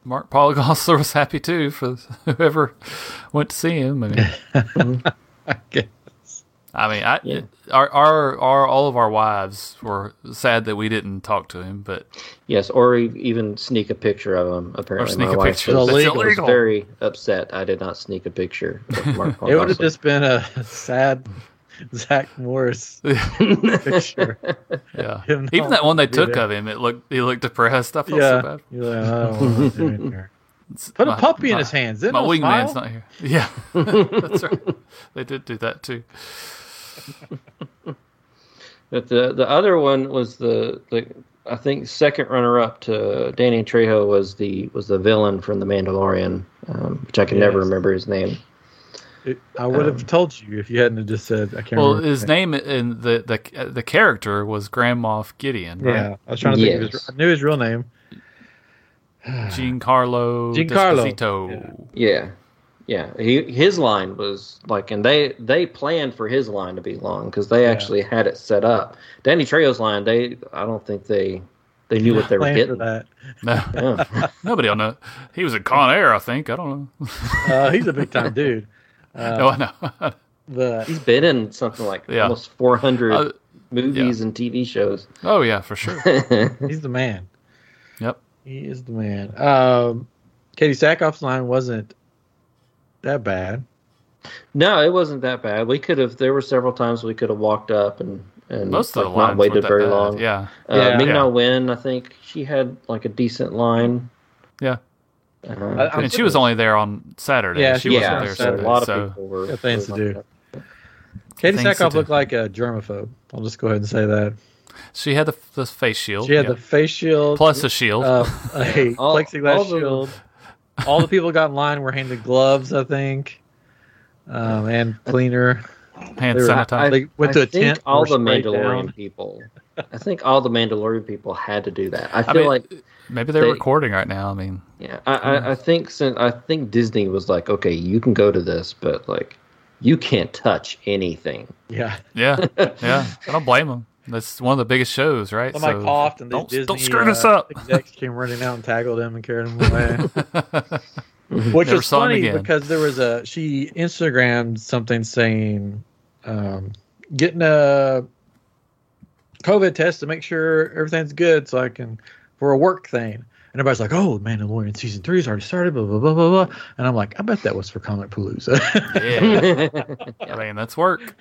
Speaker 3: Mark Paul [LAUGHS] Gossler was happy too for [LAUGHS] whoever went to see him. I mean,
Speaker 1: Okay.
Speaker 3: I mean, I,
Speaker 2: Yeah.
Speaker 3: our, our our all of our wives were sad that we didn't talk to him, but [LAUGHS]
Speaker 2: Yes, or e- even sneak a picture of him. Apparently,
Speaker 3: sneak
Speaker 2: my
Speaker 3: a
Speaker 2: wife
Speaker 3: picture.
Speaker 2: Was,
Speaker 1: That's
Speaker 2: was
Speaker 3: illegal.
Speaker 2: very upset. I did not sneak a picture.
Speaker 3: [LAUGHS]
Speaker 2: Of Mark
Speaker 1: It would have
Speaker 2: Gosselaar.
Speaker 1: just been a [LAUGHS] sad Zach
Speaker 3: [LAUGHS]
Speaker 1: Morris picture. [LAUGHS]
Speaker 3: yeah.
Speaker 1: Him
Speaker 3: Even
Speaker 1: not
Speaker 3: that one they
Speaker 1: wanting to be
Speaker 3: took
Speaker 1: there.
Speaker 3: of him, it looked he looked depressed. I felt so
Speaker 1: Yeah.
Speaker 3: bad.
Speaker 1: You're like, "Oh, I don't
Speaker 3: [LAUGHS]
Speaker 1: wanna do it here.
Speaker 3: It's-
Speaker 1: Put a
Speaker 3: my-
Speaker 1: puppy in
Speaker 3: my-
Speaker 1: his hands. Then
Speaker 3: My
Speaker 1: he'll
Speaker 3: wingman's
Speaker 1: smile.
Speaker 3: not here. [LAUGHS]
Speaker 1: [LAUGHS]
Speaker 3: Yeah, that's right. They did do that too.
Speaker 2: But the the other one was the the I think second runner up to Danny Trejo was the was the villain from The Mandalorian, um, which I can never
Speaker 1: Yes.
Speaker 2: remember his name.
Speaker 1: It- I would have
Speaker 2: Um,
Speaker 1: told you if you hadn't have just said, I can't
Speaker 3: Well,
Speaker 1: remember.
Speaker 3: his name and the the the character was Grand Moff Gideon,
Speaker 1: Yeah.
Speaker 3: right?
Speaker 1: I was trying to think of
Speaker 2: Yes.
Speaker 1: his, I knew his real name. [SIGHS]
Speaker 3: Giancarlo
Speaker 1: Giancarlo.
Speaker 3: Esposito.
Speaker 2: Yeah, yeah. He his line was like, and they they planned for his line to be long because they
Speaker 1: Yeah.
Speaker 2: actually had it set up. Danny Trejo's line, they I don't think they they knew what they were
Speaker 1: Plan for
Speaker 2: getting.
Speaker 1: that. [LAUGHS]
Speaker 3: No,
Speaker 2: Yeah.
Speaker 3: nobody will know. He was in Con Air, I think. I don't know.
Speaker 1: Uh, he's a big time dude.
Speaker 3: [LAUGHS]
Speaker 1: Uh,
Speaker 3: no, Oh, I know.
Speaker 1: but
Speaker 2: He's been in something like
Speaker 3: Yeah.
Speaker 2: almost four
Speaker 3: [LAUGHS]
Speaker 2: hundred
Speaker 3: Uh,
Speaker 2: movies and TV shows.
Speaker 3: oh yeah,
Speaker 1: [LAUGHS]
Speaker 3: for sure.
Speaker 1: he's the man.
Speaker 3: Yep.
Speaker 1: He is the man. Um, Katie Sackhoff's line wasn't that bad.
Speaker 2: [LAUGHS] No, it wasn't that bad. We could have. There were several times we could have walked up and and
Speaker 3: Most of
Speaker 2: like,
Speaker 3: the lines
Speaker 2: not waited
Speaker 3: weren't that
Speaker 2: very
Speaker 3: bad.
Speaker 2: long.
Speaker 3: Yeah,
Speaker 2: Uh,
Speaker 1: Yeah.
Speaker 2: Ming
Speaker 3: Yeah.
Speaker 2: Na Wen, I think she had like a decent line.
Speaker 3: Yeah.
Speaker 2: Uh,
Speaker 1: I- I'm
Speaker 3: and she was only there on Saturday.
Speaker 1: Oh, Yeah,
Speaker 3: she
Speaker 1: she
Speaker 3: wasn't
Speaker 1: was
Speaker 3: there
Speaker 1: on Saturday.
Speaker 3: Sunday.
Speaker 2: a lot
Speaker 3: so
Speaker 2: of people were
Speaker 1: Got things
Speaker 2: were
Speaker 1: to
Speaker 2: like
Speaker 1: do.
Speaker 2: that.
Speaker 1: Katie
Speaker 3: Things to
Speaker 1: Sackhoff
Speaker 3: do.
Speaker 1: looked like a germaphobe. I'll just go ahead and say that.
Speaker 3: she had the, the face shield.
Speaker 1: She had
Speaker 3: yeah.
Speaker 1: the face shield,
Speaker 3: plus a shield.
Speaker 1: uh, [LAUGHS] a
Speaker 2: All-
Speaker 1: plexiglass
Speaker 2: all the-
Speaker 1: shield. [LAUGHS] All the people got in line were handed gloves, I think, um, and cleaner.
Speaker 3: hand
Speaker 1: they were-
Speaker 3: sanitizer.
Speaker 1: They went to a
Speaker 2: think
Speaker 1: tent.
Speaker 2: all
Speaker 1: were
Speaker 2: the
Speaker 1: sprayed
Speaker 2: Mandalorian
Speaker 1: down.
Speaker 2: people. I think all the Mandalorian people had to do that. I feel
Speaker 3: I mean, mm.
Speaker 2: like
Speaker 3: maybe they're
Speaker 2: they-
Speaker 3: recording right now. I mean,
Speaker 2: yeah. I, I, I think since I think Disney was like, okay, you can go to this, but like, you can't touch anything.
Speaker 1: Yeah.
Speaker 3: yeah,
Speaker 1: [LAUGHS]
Speaker 3: yeah. I don't blame them. That's one of the biggest shows, right?
Speaker 1: Somebody
Speaker 3: So
Speaker 1: coughed and
Speaker 3: don't,
Speaker 1: Disney,
Speaker 3: don't screw this
Speaker 1: uh, [LAUGHS]
Speaker 3: up.
Speaker 1: Execs came running out and tackled him and carried him [LAUGHS] away. Which
Speaker 3: Never
Speaker 1: was
Speaker 3: saw him
Speaker 1: funny
Speaker 3: again.
Speaker 1: because there was a she Instagrammed something saying, um, getting a COVID test to make sure everything's good, so I can for a work thing. And everybody's like, "Oh, Mandalorian season three has already started." Blah blah blah blah blah. And I'm like, "I bet that was for Comic Palooza. [LAUGHS]
Speaker 3: yeah, [LAUGHS]
Speaker 2: [LAUGHS]
Speaker 3: I mean that's work.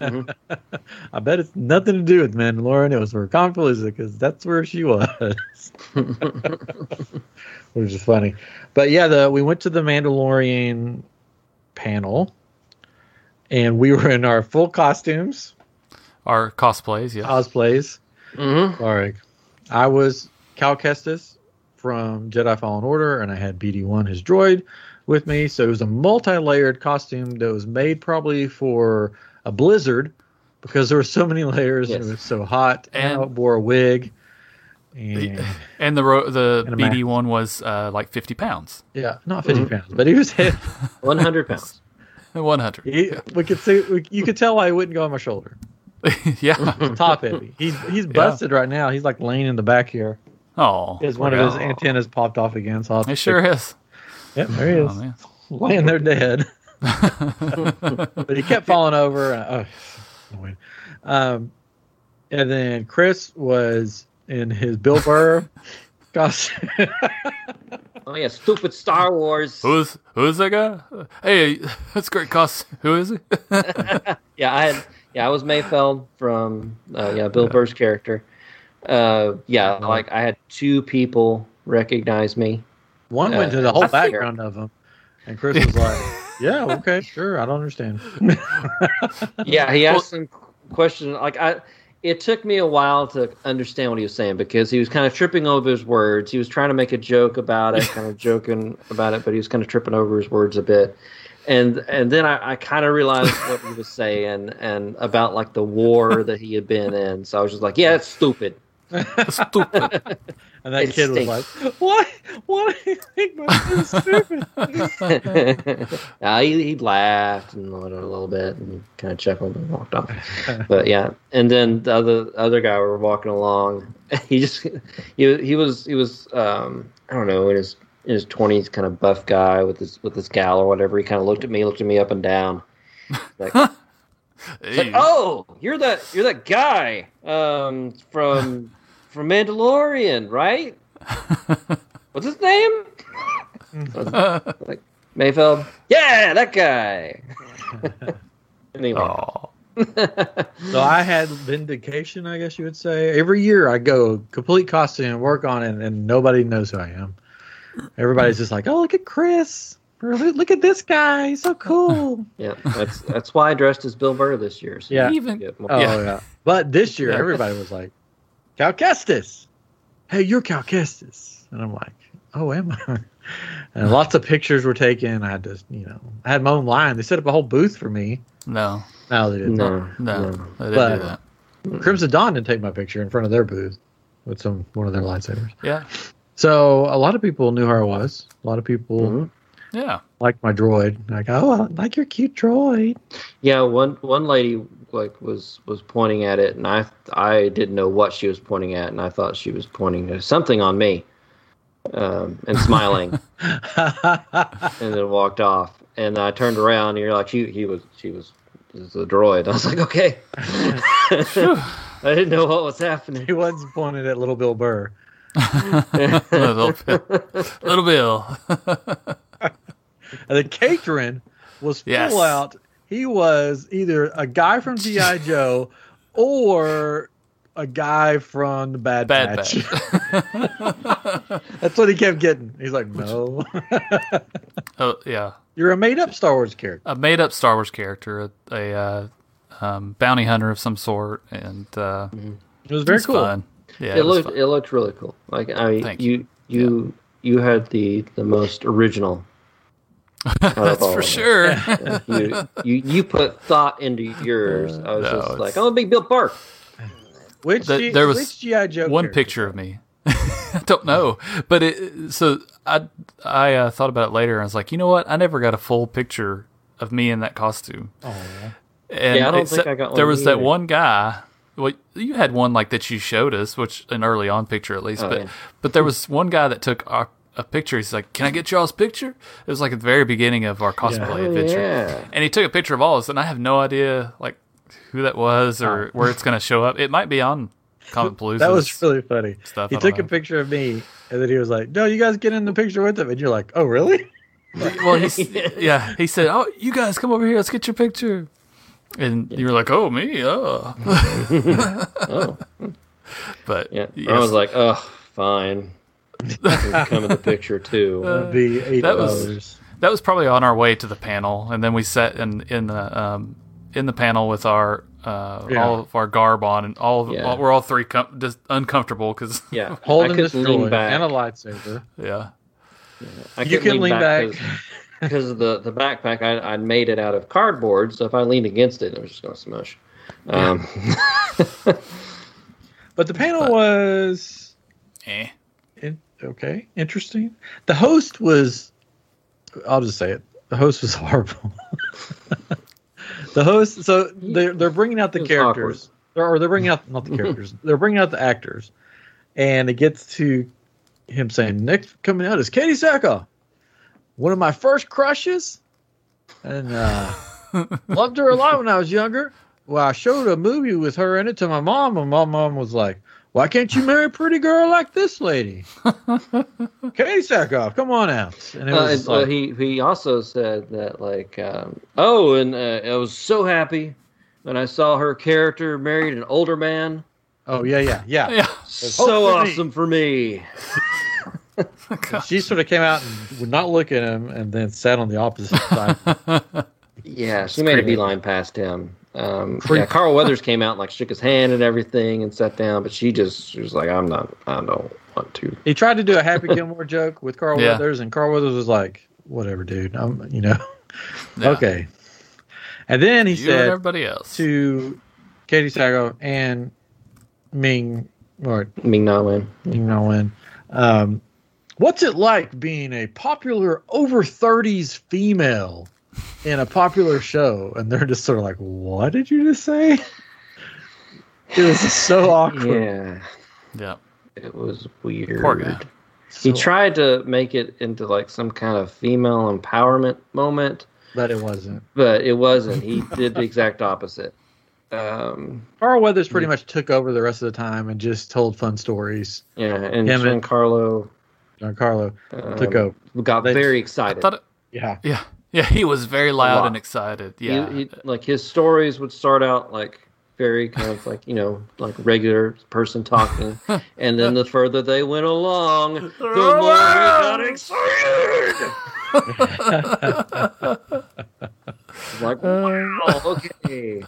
Speaker 1: I bet it's nothing to do with Mandalorian. It was for Comic Palooza because that's where she was."
Speaker 2: Mm-hmm.
Speaker 1: which is funny. But yeah, the we went to the Mandalorian panel, and we were in our full costumes,
Speaker 3: Our cosplays, yes.
Speaker 1: cosplays.
Speaker 2: Mm-hmm.
Speaker 1: Sorry, I was Cal Kestis from Jedi Fallen Order, and I had BD1, his droid, with me. So it was a multi-layered costume that was made probably for a blizzard because there were so many layers and
Speaker 2: Yes.
Speaker 1: it was so hot. And,
Speaker 3: And-
Speaker 1: I wore a wig. And,
Speaker 3: and the ro- the
Speaker 1: And a
Speaker 3: BD one was uh, like 50 pounds, [LAUGHS]
Speaker 1: yeah, not 50 pounds, but he was [LAUGHS] hit.
Speaker 2: 100 pounds.
Speaker 3: 100.
Speaker 1: He, we could see, we, you could tell why he wouldn't go on my shoulder.
Speaker 3: [LAUGHS] yeah.
Speaker 1: [LAUGHS] Top heavy. He's he's busted right now. He's like laying in the back here.
Speaker 3: Oh,
Speaker 1: His one of his antennas popped off again. So I'll have
Speaker 3: It
Speaker 1: to
Speaker 3: sure is. [LAUGHS]
Speaker 1: pick- Yep, there he is.
Speaker 3: Oh, man.
Speaker 1: laying there
Speaker 3: [LAUGHS]
Speaker 1: dead. but he kept falling over. Uh, oh, annoying. um, and then Chris was in his Bill
Speaker 3: [LAUGHS]
Speaker 1: Burr costume. [LAUGHS]
Speaker 2: Oh, yeah, stupid Star Wars.
Speaker 3: Who's who's that guy? Hey, that's great cost. Who is he? [LAUGHS]
Speaker 2: Yeah, I had, yeah, I was Mayfeld from uh, yeah Bill Burr's character. Uh, yeah, like I had two people recognize me.
Speaker 1: One went to the
Speaker 2: Uh,
Speaker 1: whole
Speaker 2: I think-
Speaker 1: background of him, and Chris was like,
Speaker 3: [LAUGHS]
Speaker 1: "Yeah, okay, sure, I don't understand."
Speaker 2: Yeah, he asked some questions. Like I, it took me a while to understand what he was saying because he was kind of tripping over his words. He was trying to make a joke about it, kind of joking about it, but he was kind of tripping over his words a bit. And and then I, I kind of realized what he was saying and about like the war that he had been in. So I was just like, yeah, it's stupid.
Speaker 1: [LAUGHS]
Speaker 3: Stupid.
Speaker 1: And that
Speaker 2: It
Speaker 1: kid was like, [LAUGHS]
Speaker 2: stinks.
Speaker 1: "What? What do you think my kid is stupid?"
Speaker 2: [LAUGHS] uh, he, he laughed and went a little bit and kind of chuckled and walked off. But yeah, and then the other other guy we were walking along. [LAUGHS] He just he, he was he was um, I don't know in his in his twenties, kind of buff guy with his with his gal or whatever. He kind of looked at me, looked at me up and down. Like, like,
Speaker 3: Hey,
Speaker 2: oh, you're that you're that guy um, from from Mandalorian, right? What's his name? Mayfeld. Yeah, that guy.
Speaker 3: [LAUGHS]
Speaker 2: anyway,
Speaker 3: Aw.
Speaker 1: [LAUGHS] So I had vindication, I guess you would say. Every year I go complete costume and work on it, and nobody knows who I am. Everybody's just like, "Oh, look at Chris! Or, look look at this guy! He's so cool!"
Speaker 2: [LAUGHS] yeah, that's that's why I dressed as Bill Burr this year. So
Speaker 1: Yeah.
Speaker 3: Even
Speaker 2: you get more-
Speaker 1: Oh yeah.
Speaker 3: Yeah.
Speaker 1: But this year,
Speaker 3: Yeah.
Speaker 1: everybody was like, "Cal Kestis! Hey, you're Cal Kestis!" And I'm like, "Oh, am I?" [LAUGHS] And lots of pictures were taken. I just, you know, I had my own line. They set up a whole booth for me.
Speaker 3: no,
Speaker 1: No, they didn't.
Speaker 2: No,
Speaker 3: no, they didn't
Speaker 1: But-
Speaker 3: do that.
Speaker 1: Mm-hmm. Crimson Dawn didn't take my picture in front of their booth with some one of their lightsabers.
Speaker 3: Yeah,
Speaker 1: So a lot of people knew who I was. A lot of people
Speaker 3: Mm-hmm.
Speaker 2: Mhm.
Speaker 3: yeah.
Speaker 1: liked my droid. Like, oh, I like your cute droid. [LAUGHS]
Speaker 2: Yeah, one one lady like was was pointing at it, and I I didn't know what she was pointing at, and I thought she was pointing to something on me, um, and smiling, and then walked off. And I turned around, and you're like, she he was she was, this is a droid. I was like, okay, [LAUGHS] I didn't know what was happening.
Speaker 1: he was pointed at little Bill Burr.
Speaker 3: little, Bill. little Bill.
Speaker 1: And the Catron was full
Speaker 3: Yes.
Speaker 1: out. He was either a guy from
Speaker 3: [LAUGHS]
Speaker 1: G.I. Joe or a guy from the Bad,
Speaker 3: Bad
Speaker 1: Batch.
Speaker 3: Batch.
Speaker 1: [LAUGHS] That's what he kept getting. He's like, no.
Speaker 3: [LAUGHS] Oh, yeah.
Speaker 1: [LAUGHS] You're a made up Star Wars character.
Speaker 3: A made up Star Wars character, a, a uh, um, bounty hunter of some sort, and uh,
Speaker 1: It was very
Speaker 3: it's
Speaker 1: cool.
Speaker 3: fun. Yeah,
Speaker 2: it
Speaker 3: it was
Speaker 2: looked
Speaker 3: fun.
Speaker 2: it looked really cool. Like I
Speaker 3: Thank
Speaker 2: you you you had the the most original. out
Speaker 3: [LAUGHS]
Speaker 2: of
Speaker 3: That's
Speaker 2: all
Speaker 3: for
Speaker 2: of us.
Speaker 3: sure. [LAUGHS]
Speaker 2: you, you you put thought into
Speaker 3: [LAUGHS]
Speaker 2: yours. I
Speaker 3: No,
Speaker 2: was just
Speaker 3: it's-
Speaker 2: like, I'm gonna be Bill Burr.
Speaker 1: Which,
Speaker 3: Th-
Speaker 1: G-
Speaker 3: there was
Speaker 1: which G.I. Joe
Speaker 3: one
Speaker 1: character?
Speaker 3: picture of me. [LAUGHS] I don't know, but it. So I I uh, thought about it later, and I was like, you know what? I never got a full picture of me in that costume.
Speaker 1: Oh,
Speaker 3: And
Speaker 2: Yeah, I don't think
Speaker 3: except
Speaker 2: I got one
Speaker 3: There was that
Speaker 2: either.
Speaker 3: one guy. Well, you had one like that you showed us, which an early on picture at least.
Speaker 2: Oh,
Speaker 3: but
Speaker 2: yeah.
Speaker 3: but there was one guy that took our, a picture. He's like, "Can I get y'all's picture?" It was like at the very beginning of our cosplay
Speaker 2: Oh,
Speaker 3: adventure,
Speaker 2: yeah.
Speaker 3: and he took a picture of all of us. And I have no idea like who that was or where it's going to show up. It might be
Speaker 2: [LAUGHS]
Speaker 3: on Comic Blues.
Speaker 1: That was really funny.
Speaker 3: stuff,
Speaker 1: He
Speaker 3: I don't
Speaker 1: took a
Speaker 3: know.
Speaker 1: picture of me, and then he was like, "No, you guys get in the picture with him." And you're like, "Oh, really?"
Speaker 3: well,
Speaker 2: [LAUGHS]
Speaker 3: he's, yeah. He said, "Oh, you guys come over here. Let's get your picture." And you were like, "Oh, me, uh."
Speaker 2: [LAUGHS] Oh,
Speaker 3: [LAUGHS] But
Speaker 2: yeah. I
Speaker 3: yes.
Speaker 2: was like, oh, fine. Come in the
Speaker 3: [LAUGHS]
Speaker 2: picture too.
Speaker 3: Uh,
Speaker 1: It'd be eight
Speaker 3: that was-
Speaker 1: dollars.
Speaker 3: That was probably on our way to the panel, and then we sat in in the um, in the panel with our uh,
Speaker 1: Yeah.
Speaker 3: all of our garb on, and all, of,
Speaker 2: Yeah.
Speaker 3: all- we're all three com- just uncomfortable because
Speaker 1: [LAUGHS]
Speaker 2: Yeah,
Speaker 1: Hold
Speaker 2: I
Speaker 1: and
Speaker 2: couldn't
Speaker 1: destroy
Speaker 2: lean back.
Speaker 1: and a lightsaber.
Speaker 3: [LAUGHS] yeah,
Speaker 2: I
Speaker 1: you
Speaker 2: couldn't
Speaker 1: can lean back.
Speaker 2: 'cause- because of the the backpack I, I made it out of cardboard so if i leaned against it it was just going to smush um,
Speaker 1: But the panel was
Speaker 3: eh.
Speaker 1: in, okay, interesting. The host was, I'll just say it. The host was [LAUGHS] horrible. the host. So they're they're bringing out
Speaker 2: It
Speaker 1: the
Speaker 2: was
Speaker 1: characters, They're- or they're bringing out not
Speaker 2: [LAUGHS]
Speaker 1: the characters. they're bringing out the actors, and it gets to him saying, "Next coming out is Katie Sackhoff, one of my first crushes, and uh, loved her a lot when I was younger. Well, I showed a movie with her in it to my mom, and my mom was like." Why can't you marry a pretty girl like this
Speaker 3: [LAUGHS]
Speaker 1: lady? Katie Sackhoff, come on out. And it
Speaker 2: uh,
Speaker 1: was
Speaker 2: and,
Speaker 1: just
Speaker 2: uh,
Speaker 1: like,
Speaker 2: he he also said that like um, oh and uh, i was so happy when i saw her character married an older man
Speaker 1: oh yeah, yeah, yeah.
Speaker 3: yeah,
Speaker 2: so
Speaker 1: Hope for me.
Speaker 2: awesome for me
Speaker 1: And she sort of came out and would not look at him, and then sat on the opposite side.
Speaker 2: yeah she made a
Speaker 1: creepy.
Speaker 2: beeline past him um, yeah,
Speaker 1: Creepy.
Speaker 2: carl weathers came out and like shook his hand and everything and sat down but she just she was like i'm not i don't want to
Speaker 1: He tried to do a Happy
Speaker 3: [LAUGHS]
Speaker 1: Gilmore joke with Carl
Speaker 3: Yeah.
Speaker 1: Weathers, and Carl Weathers was like, "Whatever, dude. I'm, you know, [LAUGHS]
Speaker 3: Yeah.
Speaker 1: okay." And then he
Speaker 3: you and
Speaker 1: said
Speaker 3: everybody else.
Speaker 1: to Katie Sackhoff and Ming, or
Speaker 2: ming na win
Speaker 1: Ming Na Wen, um, "What's it like being a popular over thirties female in a popular show?" And they're just sort of like, "What did you just say?" [LAUGHS] It was so awkward.
Speaker 2: [LAUGHS] yeah
Speaker 3: yeah,
Speaker 2: It was weird.
Speaker 3: Poor guy.
Speaker 2: He
Speaker 1: So-
Speaker 2: tried to make it into like some kind of female empowerment moment,
Speaker 1: but it wasn't.
Speaker 2: but it wasn't.
Speaker 3: [LAUGHS]
Speaker 2: He did the exact opposite. Um,
Speaker 1: Carl Weathers pretty much took over the rest of the time and just told fun stories.
Speaker 2: yeah, and
Speaker 1: Him and-
Speaker 2: Giancarlo
Speaker 1: Giancarlo
Speaker 2: um,
Speaker 1: took over.
Speaker 2: got
Speaker 1: They-
Speaker 2: very
Speaker 3: I
Speaker 2: excited.
Speaker 3: thought, it,
Speaker 1: Yeah.
Speaker 3: yeah, yeah, he was very loud
Speaker 2: lot.
Speaker 3: and excited.
Speaker 2: He-
Speaker 3: Yeah,
Speaker 2: he- like his stories would start out like very kind of like you know like regular
Speaker 3: [LAUGHS]
Speaker 2: person talking, and then the further they went along, the more he got excited. [LAUGHS] like
Speaker 3: Uh,
Speaker 2: wow, okay.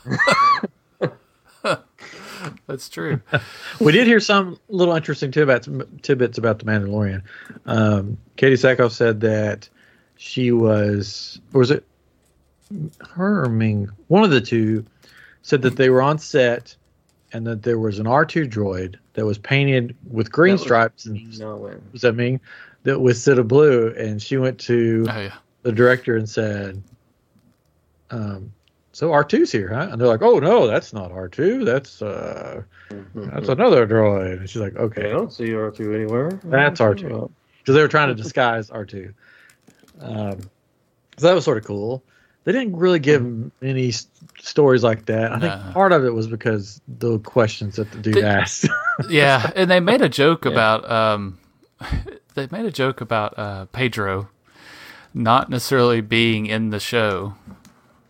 Speaker 3: that's
Speaker 2: [LAUGHS]
Speaker 3: true. Oh,
Speaker 1: We did hear some little interesting tidbits, tidbits about the Mandalorian. Um, Katie Sackhoff said that she was, or was it her or Ming? One of the two said that they were on set and that there was an R2 droid that was painted with green
Speaker 2: That was
Speaker 1: stripes. And,
Speaker 2: No win.
Speaker 1: was that Ming? That was set of blue. And she went to.
Speaker 3: Oh yeah,
Speaker 1: the director and said, um, "So R2's here, huh?" And they're like, "Oh no, that's not R2. That's uh, that's another droid." And she's like,
Speaker 2: Mm-hmm. I
Speaker 1: "Okay,
Speaker 2: don't see R two anywhere.
Speaker 1: that's
Speaker 2: [LAUGHS]
Speaker 1: R2," because they were trying to disguise R2. Um, so that was sort of cool. They didn't really give
Speaker 3: Mm-hmm.
Speaker 1: many s- stories like that. I think
Speaker 3: No.
Speaker 1: part of it was because the questions that the dude
Speaker 3: Did- [LAUGHS]
Speaker 1: asked.
Speaker 3: yeah, and they made a joke about um, [LAUGHS] they made a joke about uh, Pedro not necessarily being in the show.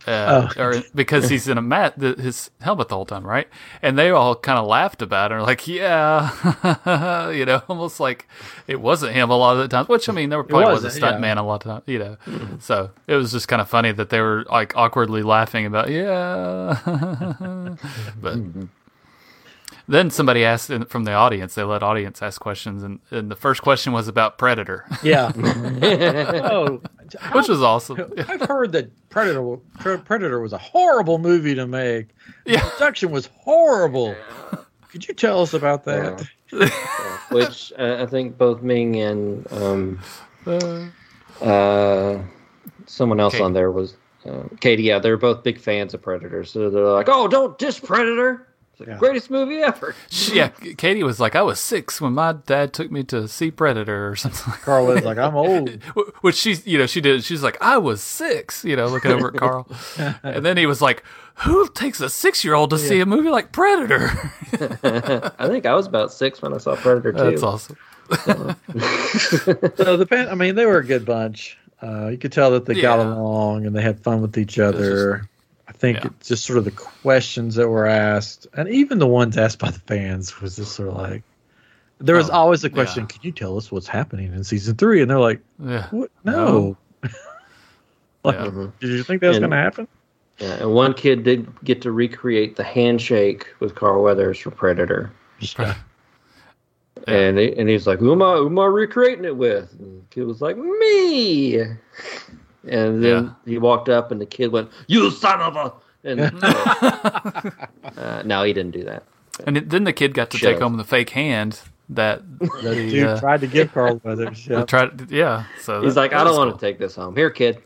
Speaker 3: Uh, or because he's in a mat, the, his helmet the whole time, right? And they all kind of laughed about it, and were like, "Yeah," [LAUGHS] you know, [LAUGHS] almost like it wasn't him a lot of the times. Which I mean, there probably was a
Speaker 1: wasn't, yeah. Mm-hmm.
Speaker 3: stunt man a lot of times, you know. So it was just kind of funny that they were like awkwardly laughing about, "Yeah," [LAUGHS] but
Speaker 1: Mm-hmm.
Speaker 3: then somebody asked in, from the audience. They let audience ask questions, and, and the first question was about Predator, [LAUGHS]
Speaker 1: yeah. oh, how
Speaker 3: which
Speaker 1: [LAUGHS]
Speaker 3: was awesome.
Speaker 1: I've heard that Predator Pre- Predator was a horrible movie to make.
Speaker 3: Yeah.
Speaker 1: The production was horrible. Could you tell us about that?
Speaker 2: Yeah. Which uh, I think both Ming and um,
Speaker 3: Uh,
Speaker 2: Uh, someone else
Speaker 3: Katie.
Speaker 2: on there was um, Katie. Yeah, they're both big fans of Predator, so they're like, "Oh, don't diss Predator! It's the
Speaker 1: Yeah.
Speaker 2: greatest movie ever." [LAUGHS]
Speaker 3: she- yeah, Katie was like, "I was six when my dad took me to see Predator or something." [LAUGHS] like
Speaker 1: Carl was like, "I'm old."
Speaker 3: Wh- Which she's, you know, she did. She's like, "I was six, you know, looking over
Speaker 1: [LAUGHS]
Speaker 3: at Carl, and then he was like, "Who takes a six-year-old to see a movie like Predator?" [LAUGHS]
Speaker 2: I think I was about six when I saw Predator too.
Speaker 3: That's awesome.
Speaker 2: [LAUGHS]
Speaker 1: So the pan- I mean, they were a good bunch. Uh, you could tell that they got
Speaker 3: Yeah.
Speaker 1: along and they had fun with each other. I think
Speaker 3: Yeah.
Speaker 1: it's just sort of the questions that were asked, and even the ones asked by the fans, was just sort of like. There was
Speaker 3: Oh,
Speaker 1: always the question,
Speaker 3: yeah.
Speaker 1: "Can you tell us what's happening in season three? And they're like,
Speaker 3: Yeah,
Speaker 1: "What?
Speaker 3: No.
Speaker 1: No." like,
Speaker 3: Yeah.
Speaker 1: did you think that was
Speaker 2: And-
Speaker 1: going to happen?
Speaker 2: Yeah, and one kid did get to recreate the handshake with Carl Weathers for Predator.
Speaker 1: Yeah.
Speaker 2: And he, and he's like, who am I who am I recreating it with? And the kid was like, Me And then
Speaker 3: Yeah.
Speaker 2: he walked up and the kid went, You son of a
Speaker 3: [LAUGHS]
Speaker 2: and uh, no, he didn't do that.
Speaker 3: [LAUGHS] And it, then the kid got to
Speaker 2: Shut
Speaker 3: take
Speaker 2: up.
Speaker 3: home the fake hand that
Speaker 1: That
Speaker 3: the,
Speaker 1: dude
Speaker 3: uh,
Speaker 1: tried to
Speaker 3: [LAUGHS]
Speaker 1: give Carl Weathers. Yeah.
Speaker 3: tried. Yeah, so
Speaker 2: He's
Speaker 3: that-
Speaker 2: like,
Speaker 3: that
Speaker 2: I don't
Speaker 3: was
Speaker 2: want
Speaker 3: cool.
Speaker 2: to take this home. Here, kid.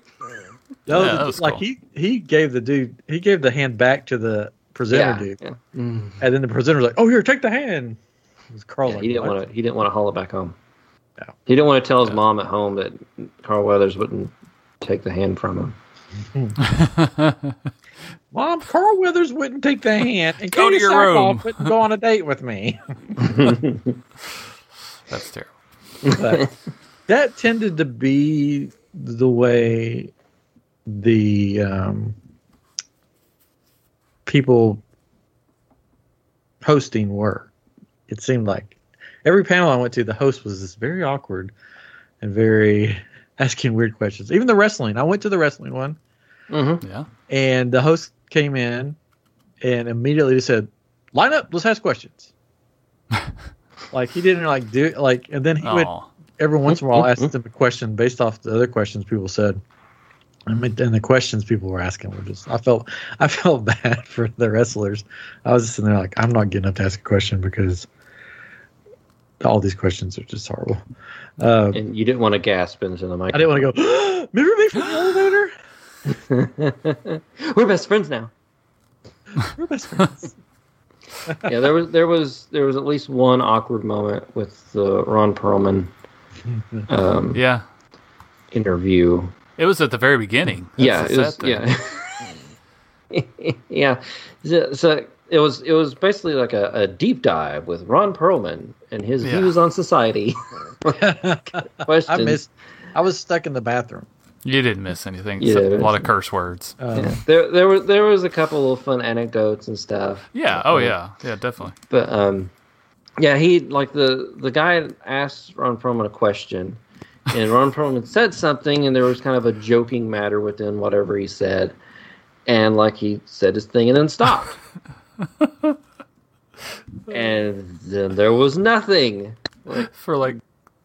Speaker 1: No,
Speaker 3: Yeah,
Speaker 1: the-
Speaker 3: that was
Speaker 1: like
Speaker 3: cool.
Speaker 1: he he gave the dude he gave the hand back to the presenter
Speaker 2: Yeah.
Speaker 1: dude,
Speaker 2: yeah.
Speaker 1: and then the presenter was like, "Oh, here, take the hand." It was Carl.
Speaker 2: Yeah,
Speaker 1: like,
Speaker 2: he didn't
Speaker 1: "What?"
Speaker 2: want to. He didn't want to haul it back home.
Speaker 1: No.
Speaker 2: He didn't want to tell his
Speaker 3: Yeah.
Speaker 2: mom at home that Carl Weathers wouldn't take the hand from him.
Speaker 1: Mom, Carl Weathers wouldn't take the hand, and
Speaker 3: [LAUGHS] Go to
Speaker 1: Katie
Speaker 3: your
Speaker 1: Sackhoff
Speaker 3: room.
Speaker 1: wouldn't go on a date with me. [LAUGHS]
Speaker 3: That's terrible.
Speaker 1: But that tended to be the way the um, people hosting were. It seemed like every panel I went to, the host was this very awkward and very [LAUGHS] asking weird questions. Even the wrestling, I went to the wrestling one
Speaker 2: Mm-hmm.
Speaker 3: Yeah,
Speaker 1: and the host came in and immediately just said, "Line up, let's ask questions." like he didn't like do like, and then he would
Speaker 3: oh,
Speaker 1: every once in a while ask them a question based off the other questions people said. I mean, and the questions people were asking were just I felt I felt [LAUGHS] bad for the wrestlers. I was just sitting there like I'm not getting up to ask a question because all these questions are just horrible. Uh,
Speaker 2: And you didn't want to gasp into the mic.
Speaker 1: I
Speaker 2: [LAUGHS]
Speaker 1: didn't want to go. [GASPS] Remember me from the elevator?
Speaker 2: go. We're best friends now.
Speaker 1: We're best friends.
Speaker 2: yeah, there was there was there was at least one awkward moment with the Ron Perlman um,
Speaker 3: [LAUGHS] yeah.
Speaker 2: interview.
Speaker 3: It was at the very beginning. That's
Speaker 2: yeah,
Speaker 3: the
Speaker 2: it was,
Speaker 3: sad thing.
Speaker 2: yeah, yeah. [LAUGHS] So, so it was it was basically like a, a deep dive with Ron Perlman and his
Speaker 3: Yeah.
Speaker 2: views
Speaker 3: [LAUGHS]
Speaker 2: on society. [LAUGHS]
Speaker 1: I
Speaker 2: Questions.
Speaker 1: missed. I was stuck in the bathroom.
Speaker 3: You didn't miss anything.
Speaker 2: Yeah,
Speaker 3: except
Speaker 2: it
Speaker 3: a lot
Speaker 2: was-
Speaker 3: of curse words.
Speaker 2: [LAUGHS]
Speaker 1: Um,
Speaker 2: Yeah. There, there were there was a couple of fun anecdotes and stuff,
Speaker 3: Yeah. Oh yeah. Yeah. Definitely.
Speaker 2: but um, yeah, he like the the guy asked Ron Perlman a question, and Ron Perlman said something, and there was kind of a joking matter within whatever he said, and like he said his thing and then stopped, and then there was nothing.
Speaker 3: For like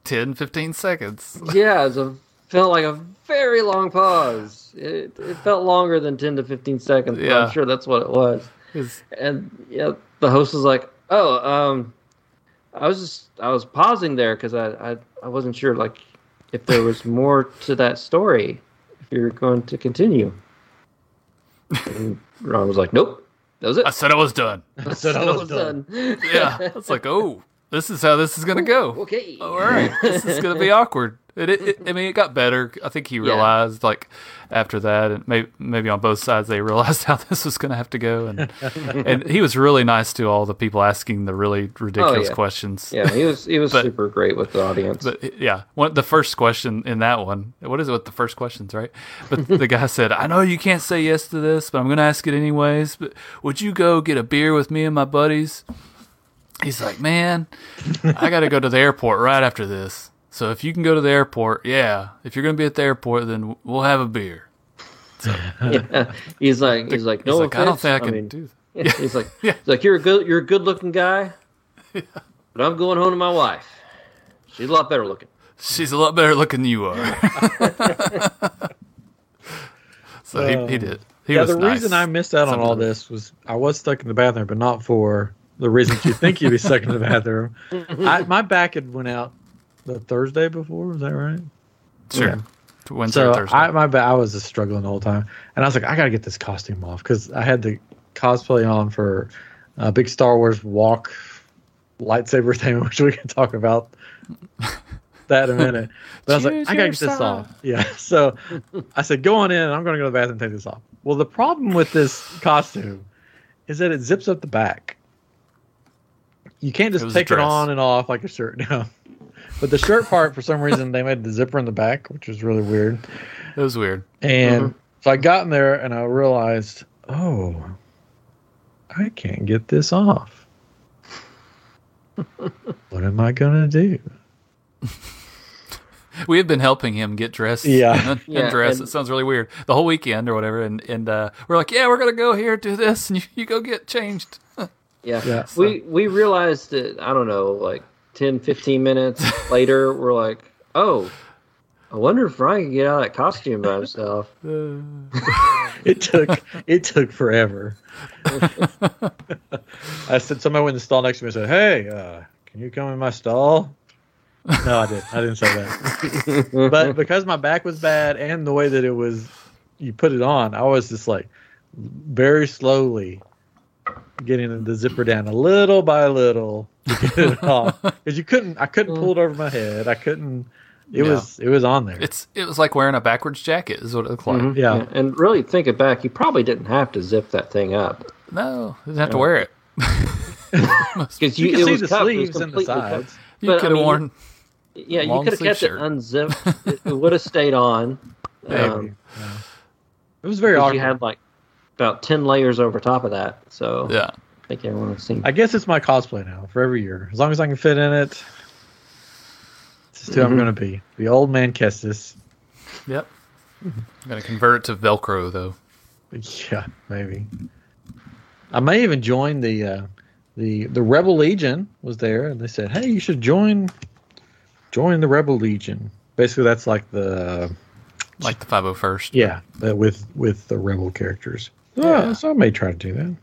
Speaker 3: 10, 15 seconds.
Speaker 2: Yeah, it was a, felt like a very long pause. It, it felt longer than ten to fifteen seconds. but
Speaker 3: Yeah.
Speaker 2: I'm sure that's what it was.
Speaker 3: It's-
Speaker 2: and yeah, the host was like, "Oh, um, I was just I was pausing there because I, I I wasn't sure like if
Speaker 3: [LAUGHS]
Speaker 2: there was more to that story if you were going to continue." And Ron was like, "Nope, that was it."
Speaker 3: I said I was done.
Speaker 1: said I
Speaker 2: That
Speaker 1: was done.
Speaker 3: Yeah. It's like, oh, this is how this is gonna go.
Speaker 2: [LAUGHS] Okay.
Speaker 3: all right, this is gonna be awkward. It, it, it- I mean, it got better. I think he realized, like, after that, and maybe maybe on both sides they [LAUGHS] realized how this was gonna have to go. And and he was really nice to all the people asking the really ridiculous
Speaker 2: yeah.
Speaker 3: questions.
Speaker 2: Yeah, he was he was
Speaker 3: But-
Speaker 2: super great with the audience.
Speaker 3: But yeah, one the first question in that one. What is it with the first questions, right?
Speaker 1: [LAUGHS]
Speaker 3: But the guy said, "I know you can't say yes to this, but I'm going to ask it anyways. But would you go get a beer with me and my buddies?" He's like, "Man, I got to go to the airport right after this. So if you can go to the airport, yeah. If you're going to be at the airport, then we'll have a beer."
Speaker 2: [LAUGHS] yeah. He's like he's like no
Speaker 3: He's like, "I don't
Speaker 2: offense.
Speaker 3: think I can
Speaker 2: mean,
Speaker 3: do that."
Speaker 2: He's like,
Speaker 3: [LAUGHS] Yeah.
Speaker 2: he's like, you're a good, you're a good looking
Speaker 3: [LAUGHS]
Speaker 2: guy, but I'm going home to my wife. She's a lot better looking.
Speaker 3: She's a lot better looking than you
Speaker 2: [LAUGHS]
Speaker 3: are. [LAUGHS] so he, he did. He
Speaker 1: yeah,
Speaker 3: was
Speaker 1: the
Speaker 3: nice.
Speaker 1: reason I missed out on all this was I was stuck in the bathroom, but not for the reasons you think you'd be stuck in the bathroom. I, my back had went out the Thursday before. Was that right?
Speaker 3: sure.
Speaker 1: yeah.
Speaker 3: Wednesday,
Speaker 1: So
Speaker 3: or Thursday.
Speaker 1: I my ba- I was just struggling the whole time, and I was like, I gotta get this costume off because I had the cosplay on for a big Star Wars walk lightsaber [LAUGHS] thing, which we can talk about
Speaker 3: [LAUGHS]
Speaker 1: that in a minute. But I was like,
Speaker 3: Choose
Speaker 1: I gotta
Speaker 3: your
Speaker 1: get this
Speaker 3: side.
Speaker 1: off. Yeah. [LAUGHS] So I said, go on in. I'm gonna go to the bathroom and take this off. Well, the problem with this costume is that it zips up the back. You can't
Speaker 3: It
Speaker 1: just
Speaker 3: was a
Speaker 1: take it
Speaker 3: dress.
Speaker 1: on and off like a shirt [LAUGHS] now. But the shirt part, for some reason, they made the zipper in the back, which was really weird.
Speaker 3: It was weird.
Speaker 1: And so I got in there and I realized, oh, I can't get this [LAUGHS] off. what am I going to do?
Speaker 3: we had been helping him get dressed.
Speaker 1: Yeah.
Speaker 3: [LAUGHS] and un-
Speaker 2: Yeah,
Speaker 3: undress.
Speaker 2: and-
Speaker 3: it sounds really weird. The whole weekend or whatever, and and uh, we're like, yeah, we're gonna go here, do this, and you, you go get changed.
Speaker 2: Yeah.
Speaker 1: Yeah.
Speaker 2: We we realized that I don't know, like 10,
Speaker 1: [LAUGHS]
Speaker 2: 15 minutes later, we're like, oh, I wonder if Ryan can get out of that costume by himself.
Speaker 1: Uh. it took it took forever. [LAUGHS] I said somebody in the stall next to me and said, "Hey, uh, can you come in my stall?" No, I didn't. I didn't say that. [LAUGHS] but because my back was bad and the way that it was, you put it on. I was just like very slowly getting the zipper down a little by little to get it off because you couldn't. I couldn't pull it over my head. I couldn't. It
Speaker 3: Yeah.
Speaker 1: was it was on there.
Speaker 3: It's it was like wearing a backwards jacket. Is what it looked like.
Speaker 2: Mhm.
Speaker 1: Yeah.
Speaker 2: And really think it back, you probably didn't have to zip that thing up.
Speaker 3: No, didn't have to wear it.
Speaker 2: Because
Speaker 1: you
Speaker 2: you,
Speaker 1: can
Speaker 2: it
Speaker 1: see
Speaker 2: was
Speaker 1: the
Speaker 2: cut, it was
Speaker 1: sleeves and the
Speaker 2: completely cut.
Speaker 1: sides.
Speaker 3: You
Speaker 2: But, I
Speaker 3: could have
Speaker 2: mean,
Speaker 3: worn.
Speaker 2: Yeah, you
Speaker 3: Long
Speaker 2: could have
Speaker 3: sleeve
Speaker 2: kept
Speaker 3: shirt.
Speaker 2: it unzipped.
Speaker 1: [LAUGHS]
Speaker 2: it it would have stayed on.
Speaker 1: Maybe.
Speaker 2: Um,
Speaker 1: Yeah. It was very
Speaker 2: 'cause
Speaker 1: awkward.
Speaker 2: you had like about 10 layers over top of that. So
Speaker 3: Yeah,
Speaker 2: I think everyone has seen
Speaker 1: I guess it's my cosplay now for every year. As long as I can fit in it, this is who I'm
Speaker 2: Mhm.
Speaker 1: going to be. The old man Kestis.
Speaker 3: yep. I'm gonna convert it to Velcro though.
Speaker 1: Yeah, maybe. I may even join the uh, the the Rebel Legion was there, and they said, "Hey, you should join join the Rebel Legion." Basically, that's like the
Speaker 3: like the 501st.
Speaker 1: yeah uh, with with the rebel characters.
Speaker 3: Yeah.
Speaker 1: Yeah, so I may try to do that.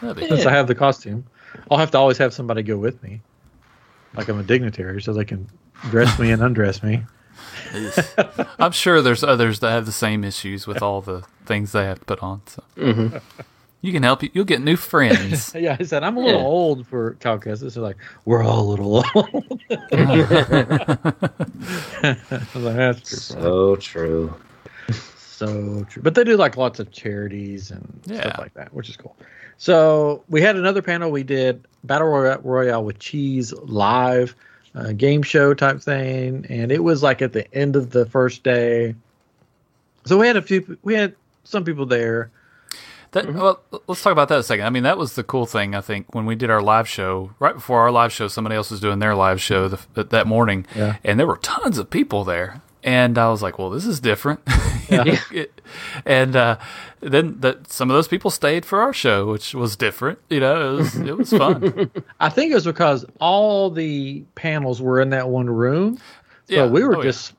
Speaker 3: That'd be-
Speaker 1: Since I have the costume, I'll have to always have somebody go with me, like I'm a dignitary, so they can dress me and undress me. [LAUGHS]
Speaker 3: I'm sure there's others that have the same issues with all the things they have to put on. So
Speaker 1: Mm-hmm.
Speaker 3: you can help you. You'll get new
Speaker 1: [LAUGHS]
Speaker 3: friends.
Speaker 1: Yeah, I said I'm a little
Speaker 2: Yeah.
Speaker 1: old for Kyle Kestis. They're like, we're all a little old. [LAUGHS] I was like, That's true.
Speaker 2: So true.
Speaker 1: so true. But they do like lots of charities and
Speaker 3: Yeah.
Speaker 1: stuff like that, which is cool. So we had another panel. We did Battle Roy- Royale with Cheese live, uh, game show type thing, and it was like at the end of the first day. So we had a few. We had some people there. Mm-hmm.
Speaker 3: That, well, let's talk about that a second. I mean, that was the cool thing I think when we did our live show. Right before our live show, somebody else was doing their live show the, that- that morning,
Speaker 1: Yeah.
Speaker 3: and there were tons of people there. And I was like, "Well, this is different." [LAUGHS] It- and uh, then that some of those people stayed for our show, which was different. You know, it was, it
Speaker 1: [LAUGHS]
Speaker 3: was fun.
Speaker 1: I think it was because all the panels were in that one room. So
Speaker 3: Yeah.
Speaker 1: we were
Speaker 3: Oh, yeah.
Speaker 1: just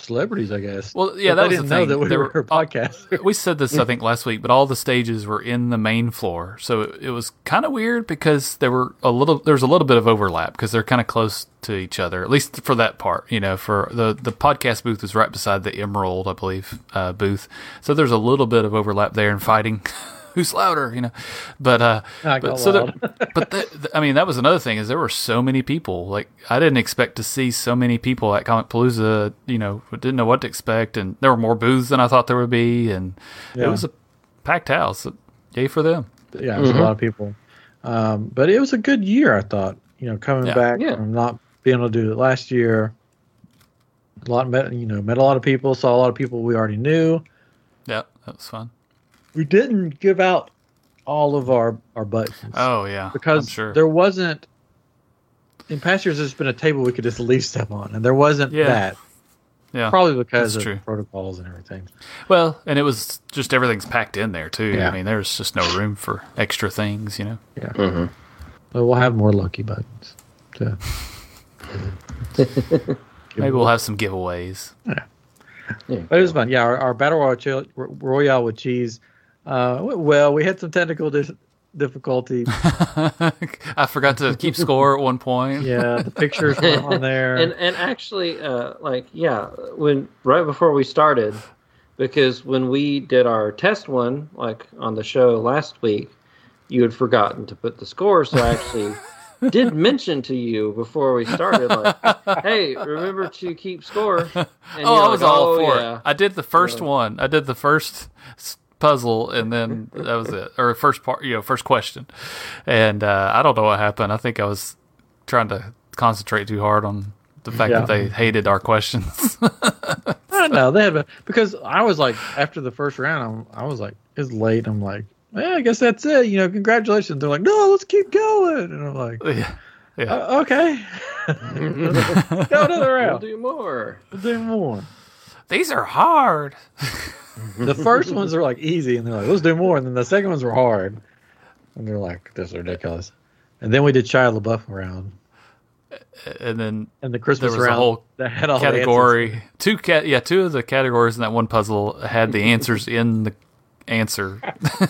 Speaker 1: celebrities, I guess.
Speaker 3: Well, yeah,
Speaker 1: But
Speaker 3: that
Speaker 1: they
Speaker 3: was
Speaker 1: didn't
Speaker 3: the
Speaker 1: know
Speaker 3: thing.
Speaker 1: that we
Speaker 3: There
Speaker 1: were
Speaker 3: were-
Speaker 1: a
Speaker 3: [LAUGHS]
Speaker 1: podcast.
Speaker 3: we said this I think last week, but all the stages were in the main floor, so it, it was kind of weird because there were a little there was a little bit of overlap because they're kind of close to each other, at least for that part. You know, for the the podcast booth is right beside the Emerald, I believe, uh, booth, so there's a little bit of overlap there in fighting. [LAUGHS] Who's louder, you know? But uh,
Speaker 1: Not
Speaker 3: but
Speaker 1: go
Speaker 3: so
Speaker 1: loud.
Speaker 3: there, but th th- I mean, that was another thing is there were so many people. Like I didn't expect to see so many people at Comic Palooza. You know, didn't know what to expect, and there were more booths than I thought there would be, and
Speaker 1: Yeah.
Speaker 3: it was a mm-hmm. packed house. Yay for them!
Speaker 1: yeah, it was a lot of people. Um, but it was a good year, I thought. You know, coming
Speaker 3: Yeah.
Speaker 1: back
Speaker 2: Yeah.
Speaker 1: from not being able to do it last year. A lot met, you know, met a lot of people, saw a lot of people we already knew.
Speaker 3: Yeah, that was fun.
Speaker 1: We didn't give out all of our our buttons
Speaker 3: Oh yeah,
Speaker 1: because
Speaker 3: I'm sure.
Speaker 1: there wasn't. In past years, there's been a table we could just leave stuff on, and there wasn't
Speaker 3: Yeah.
Speaker 1: that.
Speaker 3: yeah.
Speaker 1: Probably because
Speaker 3: that's
Speaker 1: of
Speaker 3: true.
Speaker 1: protocols and everything.
Speaker 3: Well, and it was just everything's packed in there too.
Speaker 1: Yeah.
Speaker 3: I mean, there's just no room for extra things. You know.
Speaker 1: But we'll have more lucky buttons. To
Speaker 3: Maybe we'll have some giveaways. [LAUGHS]
Speaker 1: But it was fun. Yeah, our, our battle royale, chil- royale with cheese. Uh, w- well, we had some technical dis- difficulty.
Speaker 3: I forgot to keep score at one point.
Speaker 1: Yeah, the pictures were [LAUGHS] on there.
Speaker 2: And and actually, uh, like yeah, when right before we started, because when we did our test one, like on the show last week, you had forgotten to put the score, so
Speaker 3: [LAUGHS]
Speaker 2: I actually did mention to you before we started, like, hey, remember to
Speaker 3: [LAUGHS]
Speaker 2: keep score. And
Speaker 3: oh,
Speaker 2: you're
Speaker 3: I was
Speaker 2: like,
Speaker 3: all
Speaker 2: "Oh,
Speaker 3: for
Speaker 2: yeah."
Speaker 3: it. I did the first one. I did the first s- puzzle, and then that was it, or first part, you know, first question. And uh, I don't know what happened. I think I was trying to concentrate too hard on the fact
Speaker 1: Yeah.
Speaker 3: that they hated our questions. [LAUGHS]
Speaker 1: I don't know. They had a- because I was like after the first round, I'm, I was like, it's late. I'm like, yeah, I guess that's it. You know, congratulations. They're like, no, let's keep going. And I'm like,
Speaker 3: yeah. Yeah.
Speaker 1: Uh, okay. [LAUGHS] Go another
Speaker 2: [LAUGHS]
Speaker 3: [LAUGHS]
Speaker 2: We'll
Speaker 1: round.
Speaker 2: do more. [LAUGHS]
Speaker 1: We'll do more.
Speaker 3: These are hard.
Speaker 1: The first ones are like easy, and they're like, let's do more. And then the second ones were hard, and they're like, this is ridiculous. And then we did Shia LaBeouf round,
Speaker 3: And then
Speaker 1: and the Christmas
Speaker 3: There was a
Speaker 1: round
Speaker 3: whole
Speaker 1: that had all the
Speaker 3: category two cat yeah two of the categories in that one puzzle had the answers in the answer [LAUGHS]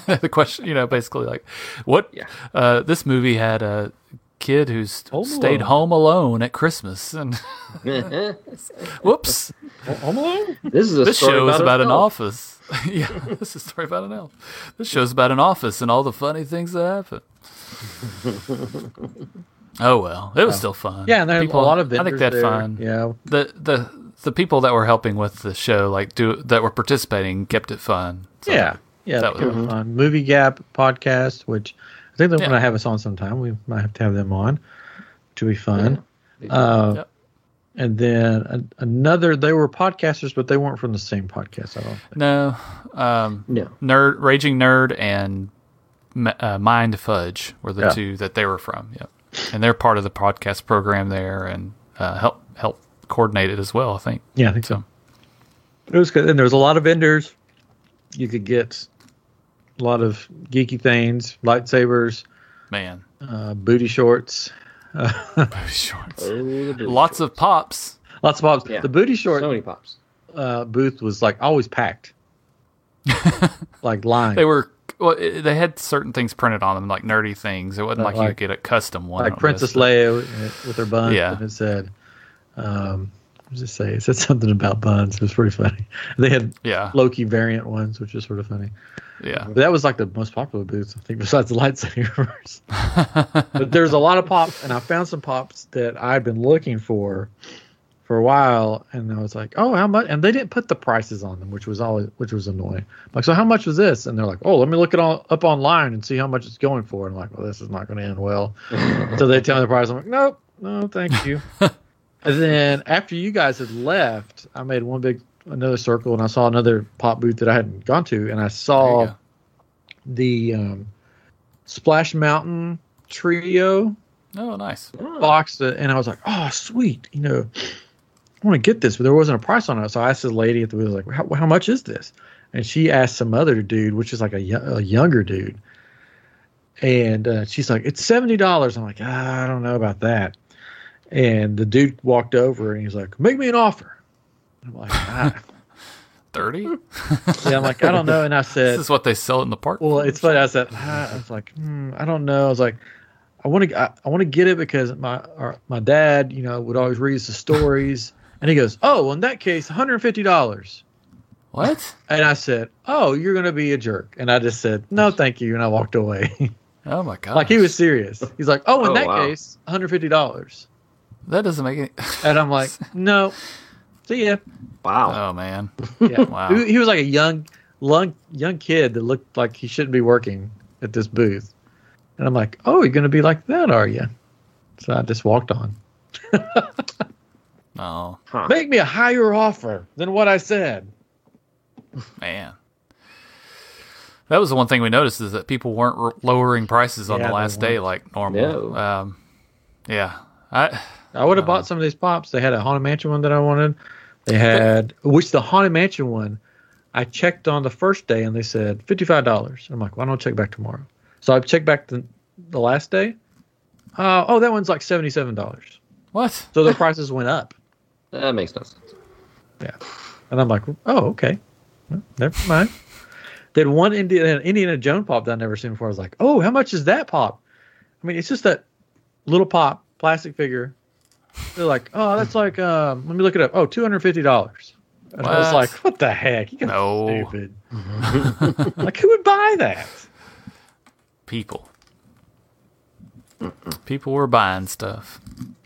Speaker 3: the question you know basically like what
Speaker 2: Yeah.
Speaker 3: uh this movie had a kid who's
Speaker 1: Home
Speaker 3: stayed
Speaker 1: Alone.
Speaker 3: home alone at christmas and [LAUGHS]
Speaker 2: this
Speaker 3: whoops
Speaker 1: answers. Home Alone?
Speaker 3: [LAUGHS]
Speaker 2: is a
Speaker 3: this
Speaker 2: story
Speaker 3: show is about an
Speaker 2: itself.
Speaker 3: office [LAUGHS] yeah this is a story about an elf this show is about an office and all the funny things that happen oh well it was still fun
Speaker 1: Yeah, and there
Speaker 3: People-
Speaker 1: are a lot of vendors
Speaker 3: i think that's
Speaker 1: there.
Speaker 3: fun
Speaker 1: Yeah,
Speaker 3: the the the people that were helping with the show, like do that were participating, kept it fun. So,
Speaker 1: yeah, yeah.
Speaker 3: that
Speaker 1: That
Speaker 3: was-
Speaker 1: was fun. Movie Gap podcast, which I think they're
Speaker 3: Yeah.
Speaker 1: going to have us on sometime. We might have to have them on to be fun.
Speaker 2: Yeah.
Speaker 1: Uh,
Speaker 3: Yep.
Speaker 1: And then an- another, they were podcasters, but they weren't from the same podcast. I don't. Think.
Speaker 3: No, um,
Speaker 2: No.
Speaker 3: nerd, raging nerd, and M- uh, mind fudge were the
Speaker 1: Yeah.
Speaker 3: two that they were from. Yep, and they're part of the podcast program there and uh, help help coordinate it as well. I think.
Speaker 1: Yeah, I think so.
Speaker 3: So
Speaker 1: It was good, and there was a lot of vendors. You could get a lot of geeky things, lightsabers,
Speaker 3: man,
Speaker 1: uh, booty shorts,
Speaker 3: [LAUGHS] shorts,
Speaker 2: Oh, the booty
Speaker 3: lots
Speaker 2: shorts.
Speaker 3: of pops.
Speaker 1: lots of pops.
Speaker 2: Yeah.
Speaker 1: The booty short
Speaker 2: so many pops.
Speaker 1: uh, booth was like always
Speaker 3: [LAUGHS]
Speaker 1: packed, like lined.
Speaker 3: They were. Well, it- they had certain things printed on them, like nerdy things. It wasn't
Speaker 1: Uh,
Speaker 3: like, you
Speaker 1: like-
Speaker 3: could get a custom one.
Speaker 1: like
Speaker 3: on this,
Speaker 1: Princess
Speaker 3: but-
Speaker 1: Leia with- with her buns.
Speaker 3: Yeah.
Speaker 1: And it said, um, what does it say? It said something about buns. It was pretty funny. They had
Speaker 3: Yeah,
Speaker 1: Loki variant ones, which is sort of funny.
Speaker 3: yeah.
Speaker 1: But that was like the most popular booth, I think, [LAUGHS] besides the lightsabers. but there's a lot of pops, and I found some pops that I'd been looking for for a while, and I was like, "Oh, how much?" And they didn't put the prices on them, which was always which was annoying. I'm like, so how much was this? And they're like, "Oh, let me look it all up online and see how much it's going for." And I'm like, "Well, this is not going to end well." so they tell me the price. I'm like, "Nope, no, thank
Speaker 3: [LAUGHS]
Speaker 1: you." and then after you guys had left, I made one big another circle, and I saw another pop booth that I hadn't gone to, and I
Speaker 3: There you
Speaker 1: saw
Speaker 3: go.
Speaker 1: the um, Splash Mountain trio
Speaker 3: Oh, nice.
Speaker 1: box uh, and I was like, oh, sweet, you know, I want to get this, but there wasn't a price on it. So I asked the lady at the wheel, like, how, how much is this? And she asked some other dude, which is like a, yo- a younger dude. And uh, she's like, it's $70. I'm like, "Ah, I don't know about that. And the dude walked over and he's like, make me an offer. I'm like, ah.
Speaker 3: Thirty.
Speaker 1: yeah, I'm like, I don't know. And I said,
Speaker 3: This is what they sell in the park.
Speaker 1: Well, it's funny. I said, ah, I was like, hmm, I don't know. I was like, I want to, I, I want to get it because my, our, my dad, you know, would always read us the
Speaker 2: [LAUGHS]
Speaker 1: stories, and he goes, oh, well, in that case, one hundred fifty dollars.
Speaker 3: what?
Speaker 1: And I said, oh, you're gonna be a jerk. And I just said, no, thank you, and I walked away. [LAUGHS]
Speaker 3: Oh my god!
Speaker 1: like he was serious. He's like, oh, in
Speaker 2: Oh,
Speaker 1: that
Speaker 2: wow.
Speaker 1: case, one hundred fifty dollars.
Speaker 3: That doesn't make any.
Speaker 1: And I'm like, no, see
Speaker 2: [LAUGHS]
Speaker 1: ya.
Speaker 2: [LAUGHS]
Speaker 3: [LAUGHS]
Speaker 2: Wow.
Speaker 3: oh man!
Speaker 1: Yeah.
Speaker 3: Wow.
Speaker 1: He, he was like a young, young, young kid that looked like he shouldn't be working at this booth. And I'm like, oh, you're going to be like that, are you? So I just walked on.
Speaker 3: Oh
Speaker 2: Huh.
Speaker 1: Make me a higher offer than what I said.
Speaker 3: man. That was the one thing we noticed is that people weren't r- lowering prices on
Speaker 1: Yeah,
Speaker 3: the
Speaker 1: they
Speaker 3: last day like normal.
Speaker 2: No.
Speaker 3: Um, yeah. I
Speaker 1: I would have bought some of these pops. They had a Haunted Mansion one that I wanted. They had, which the Haunted Mansion one, I checked on the first day and they said $55. I'm like, why don't I check back tomorrow? So I checked back the, the last day. Uh, oh, that one's like $77.
Speaker 3: what?
Speaker 1: So the [LAUGHS] prices went up.
Speaker 2: That makes no sense.
Speaker 1: And I'm like, oh, okay. Well, never mind. then one Indiana, Indiana Jones pop that I'd never seen before. I was like, oh, how much is that pop? I mean, it's just that little pop, plastic figure. They're like, oh, that's like, um, let me look it up. Oh, $250. And I was
Speaker 3: What?
Speaker 1: like, what the heck? You guys
Speaker 3: No.
Speaker 1: are stupid. [LAUGHS] like, who would buy that?
Speaker 3: People. People were buying stuff.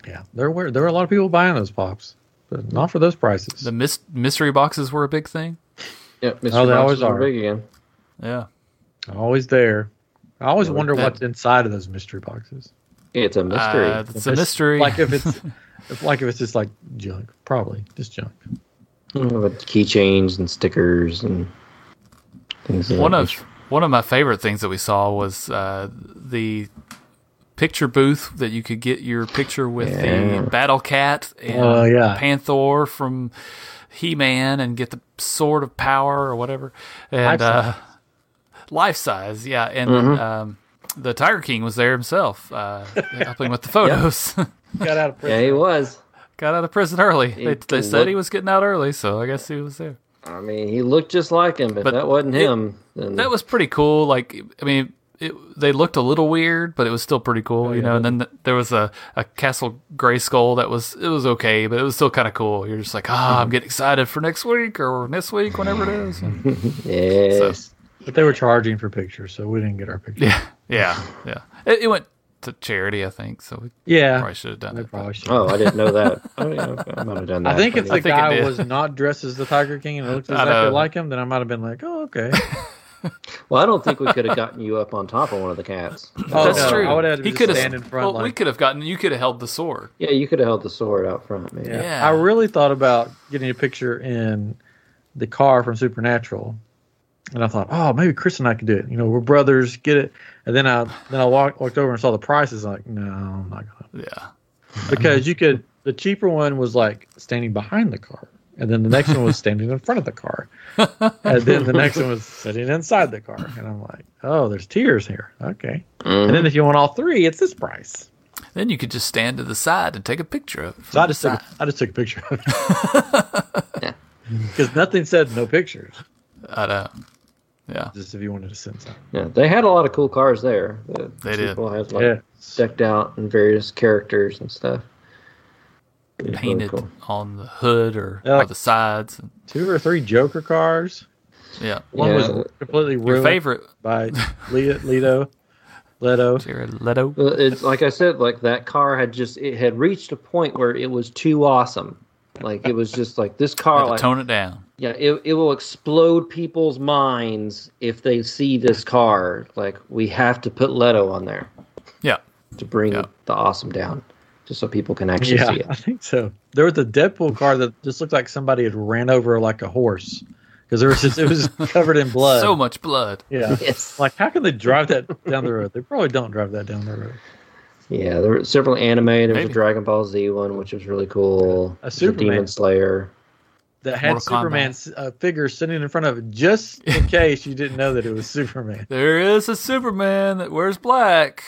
Speaker 1: Yeah, there were there were a lot of people buying those pops, but not for those prices.
Speaker 3: The mis- mystery boxes were a big thing.
Speaker 2: Yep, Mr.
Speaker 1: Oh, they
Speaker 2: Boxes
Speaker 1: always
Speaker 2: are
Speaker 1: are.
Speaker 2: big again.
Speaker 3: Yeah.
Speaker 1: Always there. I always
Speaker 2: Yeah,
Speaker 1: wonder
Speaker 3: that-
Speaker 1: what's inside of those mystery boxes.
Speaker 2: It's a mystery.
Speaker 3: Uh, it's a
Speaker 1: If
Speaker 3: mystery.
Speaker 1: Like if it's
Speaker 3: [LAUGHS]
Speaker 1: if, like if it's just like junk, probably just junk.
Speaker 2: [LAUGHS] With keychains and stickers and things.
Speaker 3: one
Speaker 2: like
Speaker 3: of one of my favorite things that we saw was uh, the picture booth that you could get your picture with
Speaker 2: Yeah.
Speaker 3: the Battle Cat and
Speaker 1: Oh, yeah.
Speaker 3: Panther from He Man and get the sword of power or whatever. And
Speaker 1: Life size. Mm-hmm.
Speaker 3: uh, life size, yeah. And um, the Tiger King was there himself, uh,
Speaker 1: [LAUGHS]
Speaker 3: helping with the photos. [LAUGHS]
Speaker 1: Got out of
Speaker 2: Yeah,
Speaker 1: prison.
Speaker 2: he was.
Speaker 3: Got out of prison early. They,
Speaker 2: It
Speaker 3: they said he
Speaker 2: looked-
Speaker 3: was getting out early, so I guess he was there.
Speaker 2: I mean, he looked just like him. If
Speaker 3: But
Speaker 2: that wasn't him, then
Speaker 3: That was pretty cool. Like, I mean, it, they looked a little weird, but it was still pretty cool,
Speaker 1: Oh,
Speaker 3: you know. And then th there was a, a Castle Gray Skull that was it was okay, but it was still kind of cool. You're just like, ah,
Speaker 1: Mm-hmm.
Speaker 3: I'm getting excited for next week or next week, whenever it
Speaker 1: [LAUGHS]
Speaker 3: is. And-
Speaker 2: yes.
Speaker 1: But they were charging for pictures, so we didn't get our picture.
Speaker 3: yeah, yeah, yeah. It, it went to charity, I think. So we
Speaker 1: Yeah.
Speaker 3: probably should have done
Speaker 1: They
Speaker 3: it. but-
Speaker 1: probably should.
Speaker 2: Oh, I didn't
Speaker 3: [LAUGHS]
Speaker 2: know that. Oh, yeah, I might have done that.
Speaker 1: I think if the
Speaker 3: I think it
Speaker 1: guy
Speaker 3: did.
Speaker 1: was not dressed as the Tiger King
Speaker 3: [LAUGHS]
Speaker 1: and looked
Speaker 3: I
Speaker 1: exactly
Speaker 3: know.
Speaker 1: like him, then I might have been like, "Oh,
Speaker 3: [LAUGHS]
Speaker 1: okay."
Speaker 2: Well, I don't think we could have gotten you up on top of one of the cats.
Speaker 1: [LAUGHS] Oh,
Speaker 3: That's
Speaker 1: no,
Speaker 3: true.
Speaker 1: I would have had to just
Speaker 3: could've-
Speaker 1: stand in front,
Speaker 3: Well, we
Speaker 1: like-
Speaker 3: could have gotten. You could have held the sword.
Speaker 2: Yeah, you could have held the sword out front, man.
Speaker 1: Yeah.
Speaker 3: Yeah.
Speaker 1: I really thought about getting a picture in the car from Supernatural. And I thought, oh, maybe Chris and I could do it. You know, we're brothers, get it. And then I then I walked walked over and saw the prices. I'm like, no, I'm not gonna.
Speaker 3: Yeah.
Speaker 1: Because you could. The cheaper one was like standing behind the car, and then the next one was standing in front of the car, and then the next one was sitting inside the car. And I'm like, oh, there's tiers here. Okay.
Speaker 2: Mm-hmm.
Speaker 1: And then if you want all three, it's this price.
Speaker 3: Then you could just stand to the side and take a picture of. it
Speaker 1: So
Speaker 3: from
Speaker 1: I
Speaker 3: the
Speaker 1: just took,
Speaker 3: side.
Speaker 1: I just took a picture of it. Because nothing said no pictures.
Speaker 3: I know. Yeah.
Speaker 1: Just if you wanted to send something.
Speaker 2: Yeah, they had a lot of cool cars there. The
Speaker 3: They did.
Speaker 2: people had like
Speaker 1: Yeah.
Speaker 2: decked out in various characters and stuff. It was really
Speaker 3: painted
Speaker 2: cool.
Speaker 3: on the hood or,
Speaker 1: Yeah,
Speaker 3: or
Speaker 1: like-
Speaker 3: the sides. and-
Speaker 1: Two or three Joker cars.
Speaker 3: Yeah.
Speaker 1: One
Speaker 2: Yeah.
Speaker 1: was completely
Speaker 3: Your
Speaker 1: ruined
Speaker 3: favorite,
Speaker 1: by Leto, Leto. Leto.
Speaker 3: Jared Leto.
Speaker 2: Well, It's like I said, like that car had just it had reached a point where it was too awesome. Like it was just like this car,
Speaker 3: Had to
Speaker 2: like
Speaker 3: tone it down.
Speaker 2: yeah, it, it will explode people's minds if they see this car. Like we have to put Leto on there
Speaker 3: Yeah.
Speaker 2: to bring
Speaker 3: Yeah.
Speaker 2: the awesome down, just so people can actually
Speaker 1: Yeah,
Speaker 2: see it.
Speaker 1: [LAUGHS] I think so. There was a Deadpool car that just looked like somebody had ran over like a horse because there was just, it was
Speaker 2: [LAUGHS]
Speaker 1: covered in blood.
Speaker 3: So much blood.
Speaker 1: yeah.
Speaker 2: Yes.
Speaker 1: Like, how can they drive that down the road? They probably don't drive that down the road.
Speaker 2: Yeah, there were several anime. There was a
Speaker 3: Maybe.
Speaker 2: Dragon Ball Z one, which was really cool.
Speaker 1: A
Speaker 2: There's
Speaker 1: Superman.
Speaker 2: Demon Slayer.
Speaker 1: That had
Speaker 3: Mortal Kombat.
Speaker 1: Superman's uh, figure sitting in front of it just
Speaker 3: [LAUGHS]
Speaker 1: in case you didn't know that it was Superman.
Speaker 3: There is a Superman that wears black.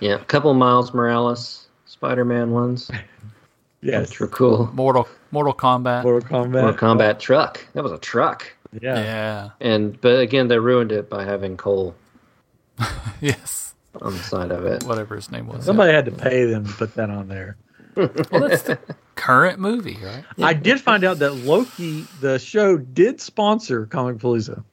Speaker 2: Yeah, a couple Miles Morales Spider Man ones,
Speaker 1: Yes.
Speaker 2: which were cool.
Speaker 3: Mortal Mortal Kombat.
Speaker 1: Mortal Kombat.
Speaker 2: Oh, Mortal Kombat truck. That was a truck.
Speaker 1: Yeah.
Speaker 3: Yeah.
Speaker 2: And but again, they ruined it by having Cole
Speaker 3: [LAUGHS] Yes.
Speaker 2: on the side of it.
Speaker 3: Whatever his name was.
Speaker 1: Somebody had to pay them to put that on there.
Speaker 3: Well,
Speaker 1: [LAUGHS]
Speaker 3: that's the current movie, right?
Speaker 1: I did find out that Loki, the show, did sponsor Comic Palooza.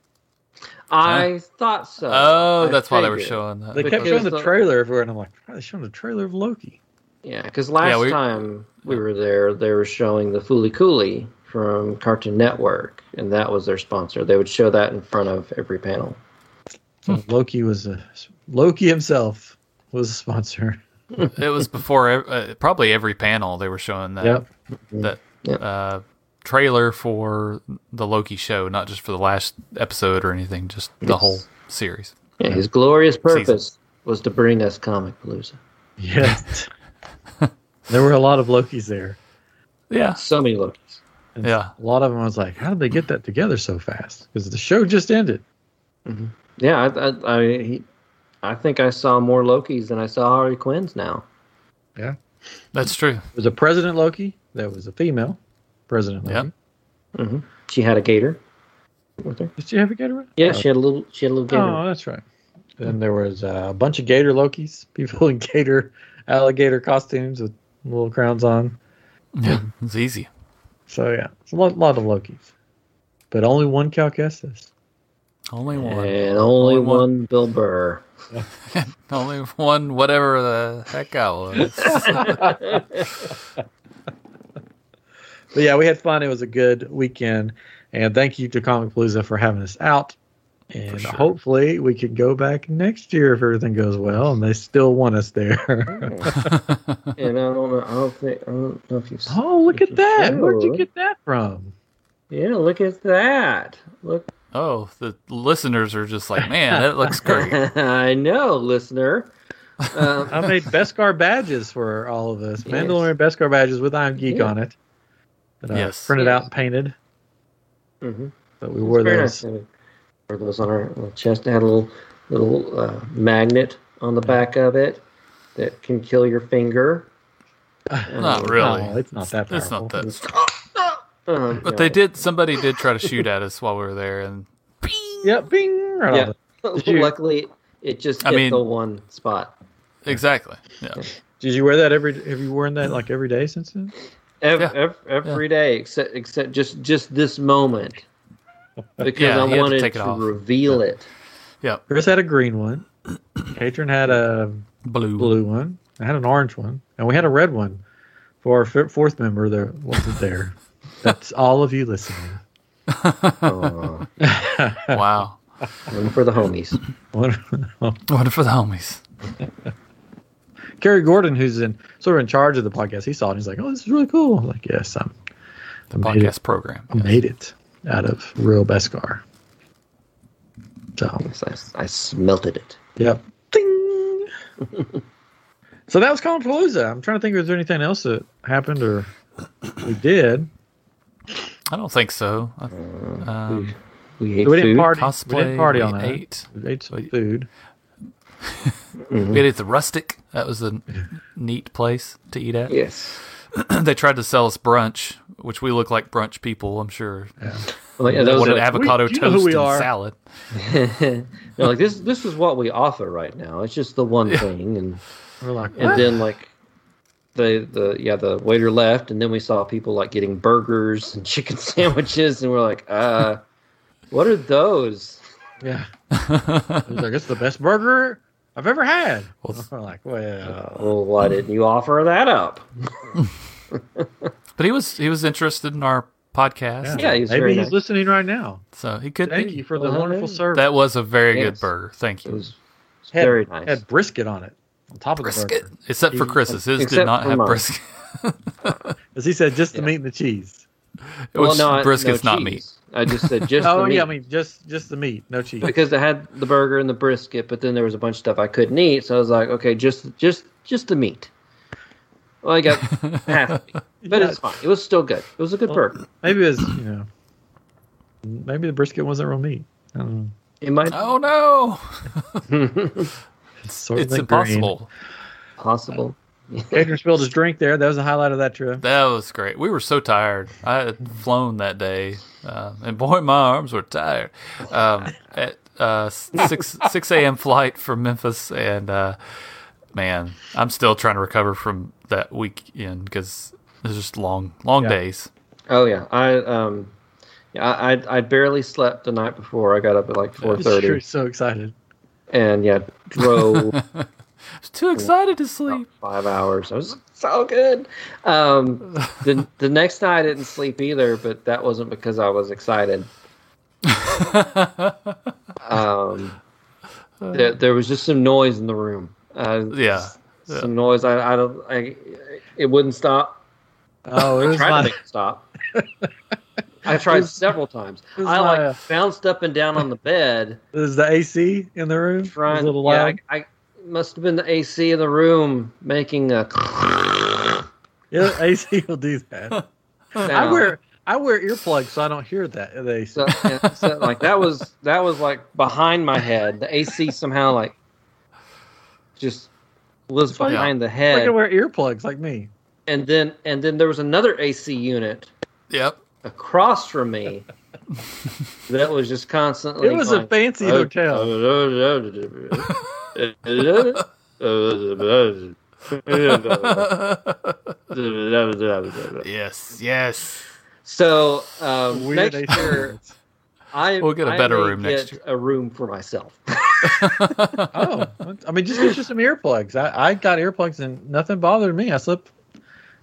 Speaker 2: I thought so.
Speaker 3: Oh,
Speaker 2: I
Speaker 3: that's why they were
Speaker 2: figured.
Speaker 3: showing that.
Speaker 1: They kept
Speaker 2: Because
Speaker 1: showing the
Speaker 2: the-
Speaker 1: trailer everywhere, and I'm like, why are they showing the trailer of Loki?
Speaker 2: Yeah, because last
Speaker 3: Yeah, we-
Speaker 2: time we were there, they were showing the Foolie Cooley from Cartoon Network, and that was their sponsor. They would show that in front of every panel.
Speaker 1: So
Speaker 3: Hmm.
Speaker 1: Loki was a Loki himself was a sponsor.
Speaker 3: It was before ev- uh, probably every panel they were showing that
Speaker 1: Yep.
Speaker 3: that
Speaker 2: Yep.
Speaker 3: uh, trailer for the Loki show, not just for the last episode or anything, just the whole series.
Speaker 2: Yeah, his glorious purpose was to bring us Comic Palooza.
Speaker 3: [LAUGHS]
Speaker 1: Yes. there were a lot of Lokis there.
Speaker 3: Yeah.
Speaker 2: So many Lokis.
Speaker 1: And
Speaker 3: Yeah.
Speaker 1: A lot of them I was like, how did they get that together so fast? Because the show just ended.
Speaker 2: Yeah, I, I, I, he, I think I saw more Lokis than I saw Harley Quinn's now.
Speaker 3: That's true.
Speaker 1: There was a President Loki that was a female President Loki.
Speaker 3: Yep.
Speaker 2: She had a gator with her.
Speaker 1: Did you have a gator?
Speaker 2: Yeah,
Speaker 1: Oh.
Speaker 2: she had a little. She had a little gator.
Speaker 1: Oh, that's right. Then there was uh, a bunch of gator Lokis, [LAUGHS] people in gator alligator costumes with little crowns on.
Speaker 3: Yeah. It's easy.
Speaker 1: So yeah, it's a lot, lot of Lokis, but only one Cal Kestis.
Speaker 3: Only one.
Speaker 2: and only,
Speaker 3: Only
Speaker 2: one,
Speaker 3: one. [LAUGHS]
Speaker 2: Bill Burr.
Speaker 3: Only one, whatever the heck I was. [LAUGHS]
Speaker 1: But yeah, we had fun. It was a good weekend, and thank you to Comic Palooza for having us out. And
Speaker 3: sure.
Speaker 1: hopefully we could go back next year if everything goes well, and they still want us [LAUGHS] there.
Speaker 2: and I don't know. I don't think. I don't know if you. s
Speaker 1: oh, look at that! Where'd you
Speaker 2: Sure.
Speaker 1: get that from?
Speaker 2: Yeah, look at that. Look,
Speaker 3: Oh, the listeners are just like, man, that looks
Speaker 1: [LAUGHS]
Speaker 3: great.
Speaker 2: [LAUGHS] I know, listener.
Speaker 3: [LAUGHS]
Speaker 2: Um,
Speaker 1: I made Beskar badges for all of [LAUGHS] us.
Speaker 2: Yes.
Speaker 1: Mandalorian Beskar badges with I'm Geek
Speaker 2: Yeah.
Speaker 1: on it. That I
Speaker 3: Yes.
Speaker 1: printed
Speaker 2: Yes.
Speaker 1: out and painted.
Speaker 2: mhm.
Speaker 1: But we wore
Speaker 2: It's very
Speaker 1: those.
Speaker 2: nice. We Wore those on our little chest. Had a little little uh, magnet on the back of it that can kill your finger. Uh,
Speaker 3: Not really.
Speaker 1: No, it's not that
Speaker 3: It's not
Speaker 1: powerful.
Speaker 3: that.
Speaker 2: Um,
Speaker 3: But
Speaker 2: no. [LAUGHS]
Speaker 3: they did. Somebody did try to shoot at us while we were there, and
Speaker 1: Yep, bing. Right
Speaker 2: Yeah.
Speaker 1: off. Did you-
Speaker 2: Luckily, it just
Speaker 3: I
Speaker 2: hit
Speaker 3: mean-
Speaker 2: the one spot.
Speaker 3: exactly. Yeah.
Speaker 1: Did you wear that every? Have you worn that like every day since then?
Speaker 2: Every,
Speaker 3: Yeah.
Speaker 2: every, day, except except just just this moment, because
Speaker 3: Yeah,
Speaker 2: I
Speaker 3: he had to
Speaker 2: wanted to,
Speaker 3: take it off.
Speaker 2: reveal it.
Speaker 3: Yep.
Speaker 1: Chris had a green [CLEARS THROAT] one. Katrin had a
Speaker 3: Blue.
Speaker 1: blue one. I had an orange one, and we had a red one for our fi- fourth member that wasn't there. That's all of you listening.
Speaker 2: Uh,
Speaker 1: [LAUGHS]
Speaker 3: Wow.
Speaker 2: one for the homies.
Speaker 1: One-
Speaker 3: What for the homies?
Speaker 1: Kerry Gordon, who's in sort of in charge of the podcast, he saw it. And he's like, "Oh, this is really cool." I'm like, yes, I'm. I made it.
Speaker 3: Podcast program.
Speaker 1: I made it out of real Beskar. So,
Speaker 2: Yes, I, I smelted it.
Speaker 1: yep. Ding. so that was Colin Palooza. I'm trying to think if there's anything else that happened or we did.
Speaker 3: I don't think so. I- Um,
Speaker 2: We hate
Speaker 1: We didn't
Speaker 2: food.
Speaker 1: party.
Speaker 3: cosplay.
Speaker 1: we didn't party on that. Mm-hmm.
Speaker 3: ate.
Speaker 1: We ate some
Speaker 3: Wait.
Speaker 1: food.
Speaker 3: We ate at the rustic. That was a neat place to eat at.
Speaker 2: Yes.
Speaker 3: [CLEARS THROAT] they tried to sell us brunch, which we look like brunch people. I'm sure.
Speaker 2: Well, yeah,
Speaker 3: They
Speaker 2: those
Speaker 3: wanted
Speaker 2: are-
Speaker 3: avocado
Speaker 1: we- you know who
Speaker 3: toast
Speaker 1: we
Speaker 3: and
Speaker 1: are.
Speaker 3: salad. [LAUGHS]
Speaker 2: They're like this this is what we offer right now. It's just the one thing and
Speaker 1: We're like,
Speaker 2: and
Speaker 1: "What?"
Speaker 2: then like the the yeah, the waiter left and then we saw people like getting burgers and [LAUGHS] chicken sandwiches and we're like, uh what are those?
Speaker 1: yeah. He's like, it's the best burger I've ever had.
Speaker 3: Well,
Speaker 1: We're like, well,
Speaker 2: Uh, Well, why didn't you offer that up?
Speaker 3: But he was he was interested in our podcast,
Speaker 2: Yeah, he's
Speaker 1: maybe
Speaker 2: very
Speaker 1: he's
Speaker 2: nice.
Speaker 1: listening right now.
Speaker 3: so he could
Speaker 1: Thank
Speaker 3: be.
Speaker 1: you for the
Speaker 2: Well,
Speaker 1: wonderful
Speaker 2: hey.
Speaker 1: service.
Speaker 3: That was a very
Speaker 2: Yes.
Speaker 3: good burger. Thank
Speaker 2: It
Speaker 3: you.
Speaker 2: was it's
Speaker 1: had,
Speaker 2: very nice.
Speaker 1: Had brisket on it, on top of the
Speaker 3: Brisket,
Speaker 1: burger.
Speaker 3: except for Chris's. His did
Speaker 2: Except
Speaker 3: not
Speaker 2: for
Speaker 3: have
Speaker 2: mine.
Speaker 3: brisket. [LAUGHS]
Speaker 1: As he said, just the
Speaker 2: Yeah.
Speaker 1: meat and the cheese.
Speaker 3: It was
Speaker 2: I-
Speaker 3: brisket's not
Speaker 2: cheese.
Speaker 3: meat.
Speaker 2: I just [LAUGHS] said just
Speaker 1: Oh
Speaker 2: the meat.
Speaker 1: yeah, I mean just just the meat, no cheese.
Speaker 2: because I had the burger and the brisket, but then there was a bunch of stuff I couldn't eat, so I was like, okay, just just just the meat. Well,
Speaker 3: [LAUGHS]
Speaker 2: I got half, of
Speaker 1: [LAUGHS]
Speaker 2: it, but it's fine. It was still good. It was a good burger.
Speaker 1: Maybe it's you know, maybe the brisket wasn't real meat. I don't know.
Speaker 2: It might
Speaker 3: Oh no!
Speaker 1: It's, sort
Speaker 3: it's impossible.
Speaker 2: [LAUGHS] possible.
Speaker 1: Adrian spilled his drink there. That was the highlight of that trip.
Speaker 3: That was great. We were so tired. I had flown that day, uh, and boy, my arms were tired. Um, at uh, six six a.m. flight from Memphis, and uh, man, I'm still trying to recover from that weekend because it's just long, long
Speaker 1: Yeah.
Speaker 3: days.
Speaker 2: Oh yeah, I um, yeah, I I- I barely slept the night before. I got up at like four
Speaker 1: She was
Speaker 2: thirty,
Speaker 1: so
Speaker 3: [LAUGHS]
Speaker 1: excited.
Speaker 2: and yeah, drove
Speaker 3: I was too excited to sleep. [LAUGHS]
Speaker 2: five hours. I was so good. [LAUGHS] Um, the the next night I didn't sleep either, but that wasn't because I was excited. um, [LAUGHS] there, there was just some noise in the room. Uh,
Speaker 3: Yeah.
Speaker 2: some noise. I, I don't. I, it wouldn't stop.
Speaker 1: Oh, it
Speaker 2: I
Speaker 1: was
Speaker 2: tried to
Speaker 1: like
Speaker 2: make it stop.
Speaker 1: [LAUGHS]
Speaker 2: I tried several times.
Speaker 1: it was
Speaker 2: I like
Speaker 1: my-
Speaker 2: bounced up and down on the bed
Speaker 1: it was the AC in the room. It [LAUGHS] was
Speaker 2: trying.
Speaker 1: a little
Speaker 2: yeah,
Speaker 1: loud.
Speaker 2: I, I must have been the AC in the room making a.
Speaker 1: Yeah, AC will do
Speaker 3: [LAUGHS]
Speaker 1: that. I
Speaker 2: sound.
Speaker 1: wear I wear earplugs so I don't hear that. The AC.
Speaker 2: So, yeah, so, like that was that was like behind my head. The AC somehow like just was
Speaker 1: why you-
Speaker 2: behind the
Speaker 1: I'm gonna
Speaker 2: head,
Speaker 1: wear earplugs like me.
Speaker 2: and then and then there was another AC unit
Speaker 3: Yep.
Speaker 2: across from me that was just constantly.
Speaker 1: It was a
Speaker 2: going,
Speaker 1: fancy hotel.
Speaker 3: Yes. Yes.
Speaker 2: So um,
Speaker 1: Weird
Speaker 2: next
Speaker 1: AC.
Speaker 2: year, I
Speaker 3: We'll get a
Speaker 2: I
Speaker 3: better
Speaker 2: may
Speaker 3: room next
Speaker 2: get A room for myself.
Speaker 1: Oh, I mean, just get you some earplugs. I, I got earplugs and nothing bothered me. I slept.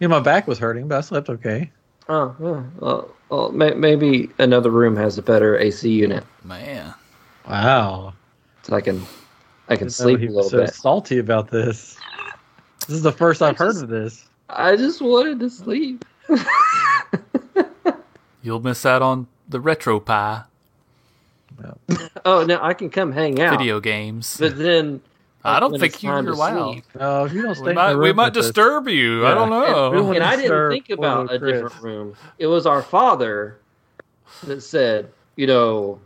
Speaker 1: You know, my back was hurting, but I slept okay.
Speaker 2: Oh, yeah. well, well may, maybe another room has a better AC unit,
Speaker 3: Man.
Speaker 1: Wow.
Speaker 2: so I can, I
Speaker 1: Didn't
Speaker 2: can
Speaker 1: know
Speaker 2: sleep
Speaker 1: he
Speaker 2: a
Speaker 1: was
Speaker 2: little
Speaker 1: so
Speaker 2: bit.
Speaker 1: salty about this. This is the first I've heard of this.
Speaker 2: I just wanted to sleep.
Speaker 3: You'll miss out on the retro pie.
Speaker 1: Yeah.
Speaker 2: Oh no, I can come hang out.
Speaker 3: video games.
Speaker 2: But then
Speaker 3: I don't
Speaker 2: when
Speaker 3: think
Speaker 2: it's
Speaker 3: you're
Speaker 2: time to
Speaker 3: allowed.
Speaker 2: sleep-
Speaker 1: No, if you don't stay
Speaker 3: We
Speaker 1: in
Speaker 3: might,
Speaker 1: the
Speaker 3: we
Speaker 1: room
Speaker 3: might
Speaker 1: with us-
Speaker 3: disturb you. I
Speaker 1: Yeah.
Speaker 3: don't
Speaker 1: We don't
Speaker 3: know.
Speaker 1: wanna
Speaker 2: and I
Speaker 1: disturb
Speaker 2: didn't think about
Speaker 1: little
Speaker 2: a
Speaker 1: Chris.
Speaker 2: different room. It was our father that said, you know,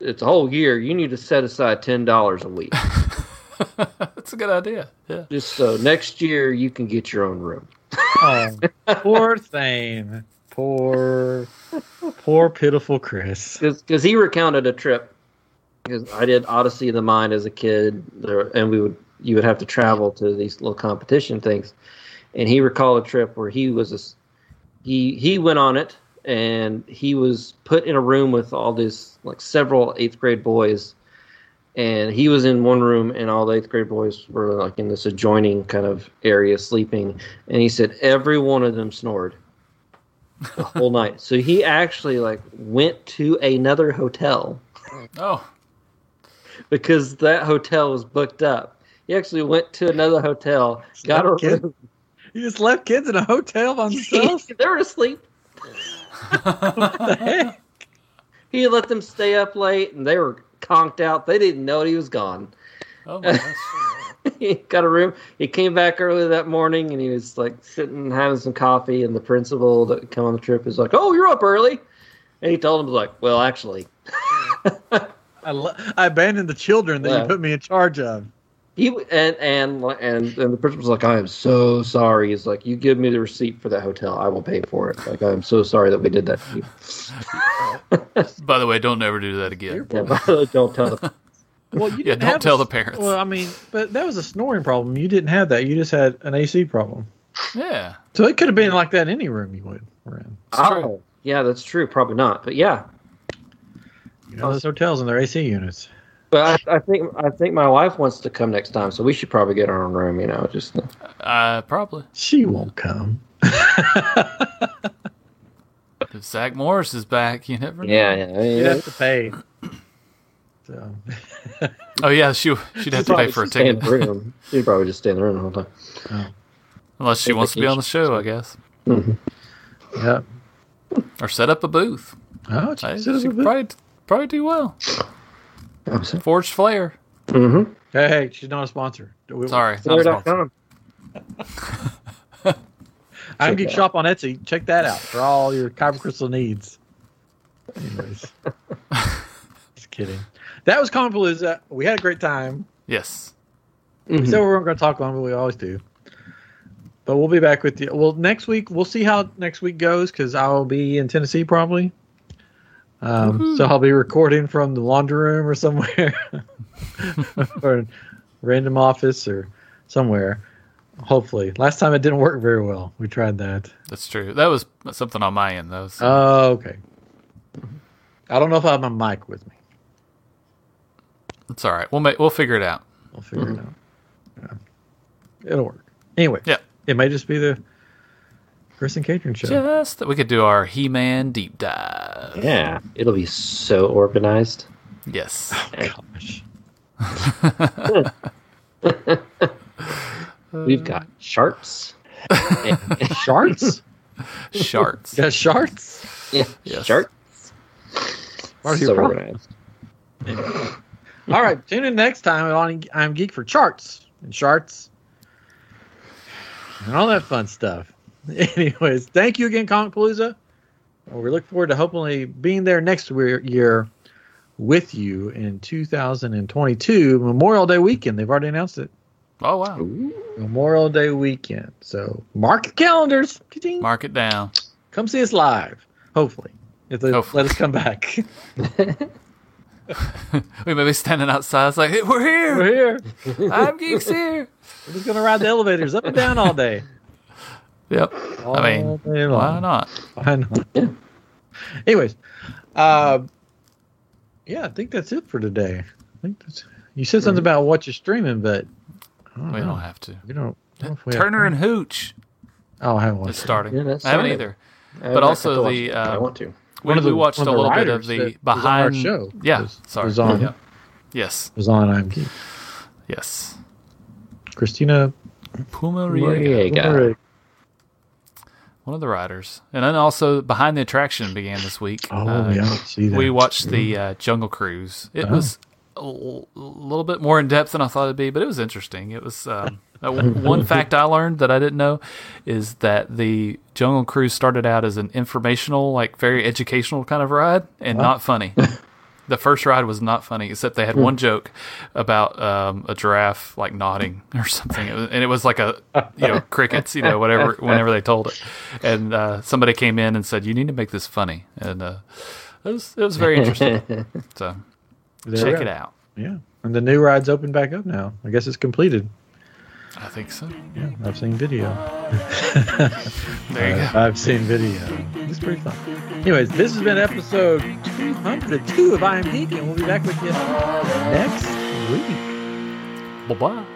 Speaker 2: it's a whole year. You need to set aside ten dollars a week,
Speaker 3: [LAUGHS] That's a good idea. Yeah.
Speaker 2: just so next year you can get your own room.
Speaker 1: Oh,
Speaker 2: [LAUGHS]
Speaker 1: poor thing. Poor, poor pitiful Chris.
Speaker 2: Because he recounted a trip. 'Cause I did Odyssey of the Mind as a kid, there, and we would you would have to travel to these little competition things. And he recalled a trip where he was a s he he went on it, and he was put in a room with all these like several eighth grade boys, and he was in one room, and all the eighth grade boys were like in this adjoining kind of area sleeping. And he said every one of them snored the whole night. So he actually like went to another hotel
Speaker 3: Oh,
Speaker 2: because that hotel was booked up. He actually went to another hotel, got a
Speaker 1: Okay.
Speaker 2: room. [LAUGHS]
Speaker 1: You just left kids in a hotel by [LAUGHS] themselves.
Speaker 2: they were asleep.
Speaker 1: [LAUGHS] What the heck?
Speaker 2: He let them stay up late, and they were conked out. They didn't know he was gone. [LAUGHS]
Speaker 3: oh my gosh.
Speaker 2: he got a room. He came back early that morning, and he was like sitting having some coffee. And the principal that had come on the trip is like, "Oh, you're up early," and he told him like, "Well, actually,
Speaker 1: I, lo- I abandoned the children that
Speaker 2: Yeah.
Speaker 1: you put me in charge of.
Speaker 2: He and and and and the person was like, "I am so sorry." He's like, "You give me the receipt for that hotel, I will pay for it." Like, I'm so sorry that we did that to you.
Speaker 3: By the way, don't ever do that again.
Speaker 2: Yeah, [LAUGHS] but don't tell
Speaker 3: [LAUGHS]
Speaker 2: them.
Speaker 1: Well, you
Speaker 3: Yeah,
Speaker 1: didn't
Speaker 3: don't
Speaker 1: have a
Speaker 3: tell
Speaker 1: s-
Speaker 3: the parents.
Speaker 1: Well, I mean, but that was a snoring problem. You didn't have that. You just had an AC problem.
Speaker 3: Yeah.
Speaker 1: So it could have been like that in any room you went were in.
Speaker 3: It's true.
Speaker 2: Oh, yeah, that's true. Probably not, but yeah.
Speaker 1: You know, those hotels and their AC units.
Speaker 2: But I, I think I think my wife wants to come next time, so we should probably get our own room. You know, just
Speaker 3: Uh, probably.
Speaker 1: She won't come. [LAUGHS]
Speaker 3: If Zach Morris is back, you never know.
Speaker 2: yeah, yeah, yeah.
Speaker 1: You have to pay. So [LAUGHS]
Speaker 3: Oh, yeah, she, she'd have to pay for a
Speaker 2: Stay in
Speaker 3: ticket.
Speaker 2: the [LAUGHS] room. She'd probably just stay in the room the whole time.
Speaker 3: Unless she
Speaker 2: Take
Speaker 3: wants to be on the
Speaker 2: vacation.
Speaker 3: show, I guess.
Speaker 1: yeah.
Speaker 3: Or set up a booth.
Speaker 1: Oh,
Speaker 3: I-
Speaker 1: Jesus,
Speaker 3: she
Speaker 1: it was a
Speaker 3: could
Speaker 1: bit-
Speaker 3: probably, probably do well. Forged Flair.
Speaker 2: Mm-hmm.
Speaker 1: Hey, hey, she's not a sponsor. We-
Speaker 3: Sorry. not a sponsor.
Speaker 2: Flare.com.
Speaker 1: I'm
Speaker 2: Check
Speaker 1: Geek
Speaker 2: that
Speaker 1: Shop on Etsy. Check that out for all your Kyber Crystal needs.
Speaker 2: [LAUGHS]
Speaker 1: Anyways, just kidding. That was Comic Palooza. uh, We had a great time.
Speaker 3: Yes.
Speaker 1: We said we weren't going to talk long, but we always do. But we'll be back with you. Well, next week we'll see how next week goes because I'll be in Tennessee probably. Um, so I'll be recording from the laundry room or somewhere, [LAUGHS] or a random office or somewhere. Hopefully, last time it didn't work very well. We tried that.
Speaker 3: That's true. That was something on my end. That was,
Speaker 1: Oh, okay. I don't know if I have my mic with me.
Speaker 3: it's all right. We'll make, we'll figure it out.
Speaker 1: I'll figure it out. Yeah. It'll work. Anyway,
Speaker 3: Yeah.
Speaker 1: it may just be the Chris and Catron show.
Speaker 3: Just that we could do our He-Man deep dive.
Speaker 2: Yeah, it'll be so organized.
Speaker 1: [LAUGHS]
Speaker 3: Yes.
Speaker 1: Gosh.
Speaker 2: We've got [LAUGHS] sharps.
Speaker 1: Sharts?
Speaker 3: Sharts.
Speaker 1: yeah, sharts.
Speaker 2: Yeah,
Speaker 3: Yes.
Speaker 2: sharp.
Speaker 1: Marty, you're right. All right, tune in next time on I'm Geek for Charts and Charts and all that fun stuff. [LAUGHS] Anyways, thank you again, Comic Palooza. We look forward to hopefully being there next we- year with you in 2022, Memorial Day weekend. They've already announced it.
Speaker 3: Oh, wow.
Speaker 1: Memorial Day weekend. So mark your calendars. Ka-ching.
Speaker 3: Mark it down.
Speaker 1: Come see us live, hopefully, if they
Speaker 3: Hopefully.
Speaker 1: let us come back. [LAUGHS]
Speaker 3: We may be standing outside. It's like, hey, we're
Speaker 1: We're
Speaker 3: here.
Speaker 1: here.
Speaker 3: I'm Geeks here.
Speaker 1: We're just gonna ride the elevators up and down all day.
Speaker 3: Yep.
Speaker 1: All
Speaker 3: I mean,
Speaker 1: day
Speaker 3: why
Speaker 1: long.
Speaker 3: not?
Speaker 1: Why not? [COUGHS] Anyways, uh, yeah, I think that's it for today. I think that's. You said something about what you're streaming, but I don't
Speaker 3: We
Speaker 1: know.
Speaker 3: don't have to.
Speaker 1: We don't. I don't know if we have
Speaker 3: Turner
Speaker 1: time.
Speaker 3: and Hooch
Speaker 1: Oh, I haven't
Speaker 3: is
Speaker 1: watched. it.
Speaker 3: starting.
Speaker 2: Yeah, that's
Speaker 3: I haven't
Speaker 2: starting.
Speaker 3: either. But also the, uh,
Speaker 2: I want to.
Speaker 3: We,
Speaker 1: One of
Speaker 3: we
Speaker 1: the-
Speaker 3: watched a
Speaker 1: one of the
Speaker 3: little bit of
Speaker 1: writers
Speaker 3: the
Speaker 1: that was on our
Speaker 3: behind.
Speaker 1: show
Speaker 3: Yeah.
Speaker 1: was-
Speaker 3: sorry.
Speaker 1: was on.
Speaker 3: Yeah. Yes.
Speaker 1: It was on IMDb.
Speaker 3: Yes.
Speaker 1: Christina
Speaker 3: Puma Riega.
Speaker 2: Noriega.
Speaker 1: Ulrich
Speaker 3: one of the riders, and then also Behind the Attraction began this week.
Speaker 1: Oh
Speaker 3: Uh,
Speaker 1: yeah, I see that. Mm-hmm.
Speaker 3: we watched the uh, Jungle Cruise. It
Speaker 1: Oh.
Speaker 3: was a l- little bit more in depth than I thought it'd be, but it was interesting. It was um, uh,
Speaker 1: [LAUGHS]
Speaker 3: one one fact I learned that I didn't know is that the Jungle Cruise started out as an informational, like very educational kind of ride, and
Speaker 1: Uh-huh. [LAUGHS]
Speaker 3: not funny. The first ride was not funny, except
Speaker 1: Hmm.
Speaker 3: they had one joke about um, a giraffe like nodding [LAUGHS] or something, it was, and it was like a you know crickets, you know whatever. Whenever they told it, and uh, somebody came in and said, "You need to make this funny," and uh, it was it was
Speaker 1: [LAUGHS]
Speaker 3: very interesting. so
Speaker 1: There we
Speaker 3: check
Speaker 1: go.
Speaker 3: it out.
Speaker 1: Yeah, and the new ride's open back up now. I guess it's completed.
Speaker 3: I think so.
Speaker 1: Yeah, I've seen video.
Speaker 3: There you go.
Speaker 1: Uh, I've seen video. It's pretty fun. Anyways, this has been episode 202 of I Am Geek, and we'll be back with you next week.
Speaker 3: Bye bye.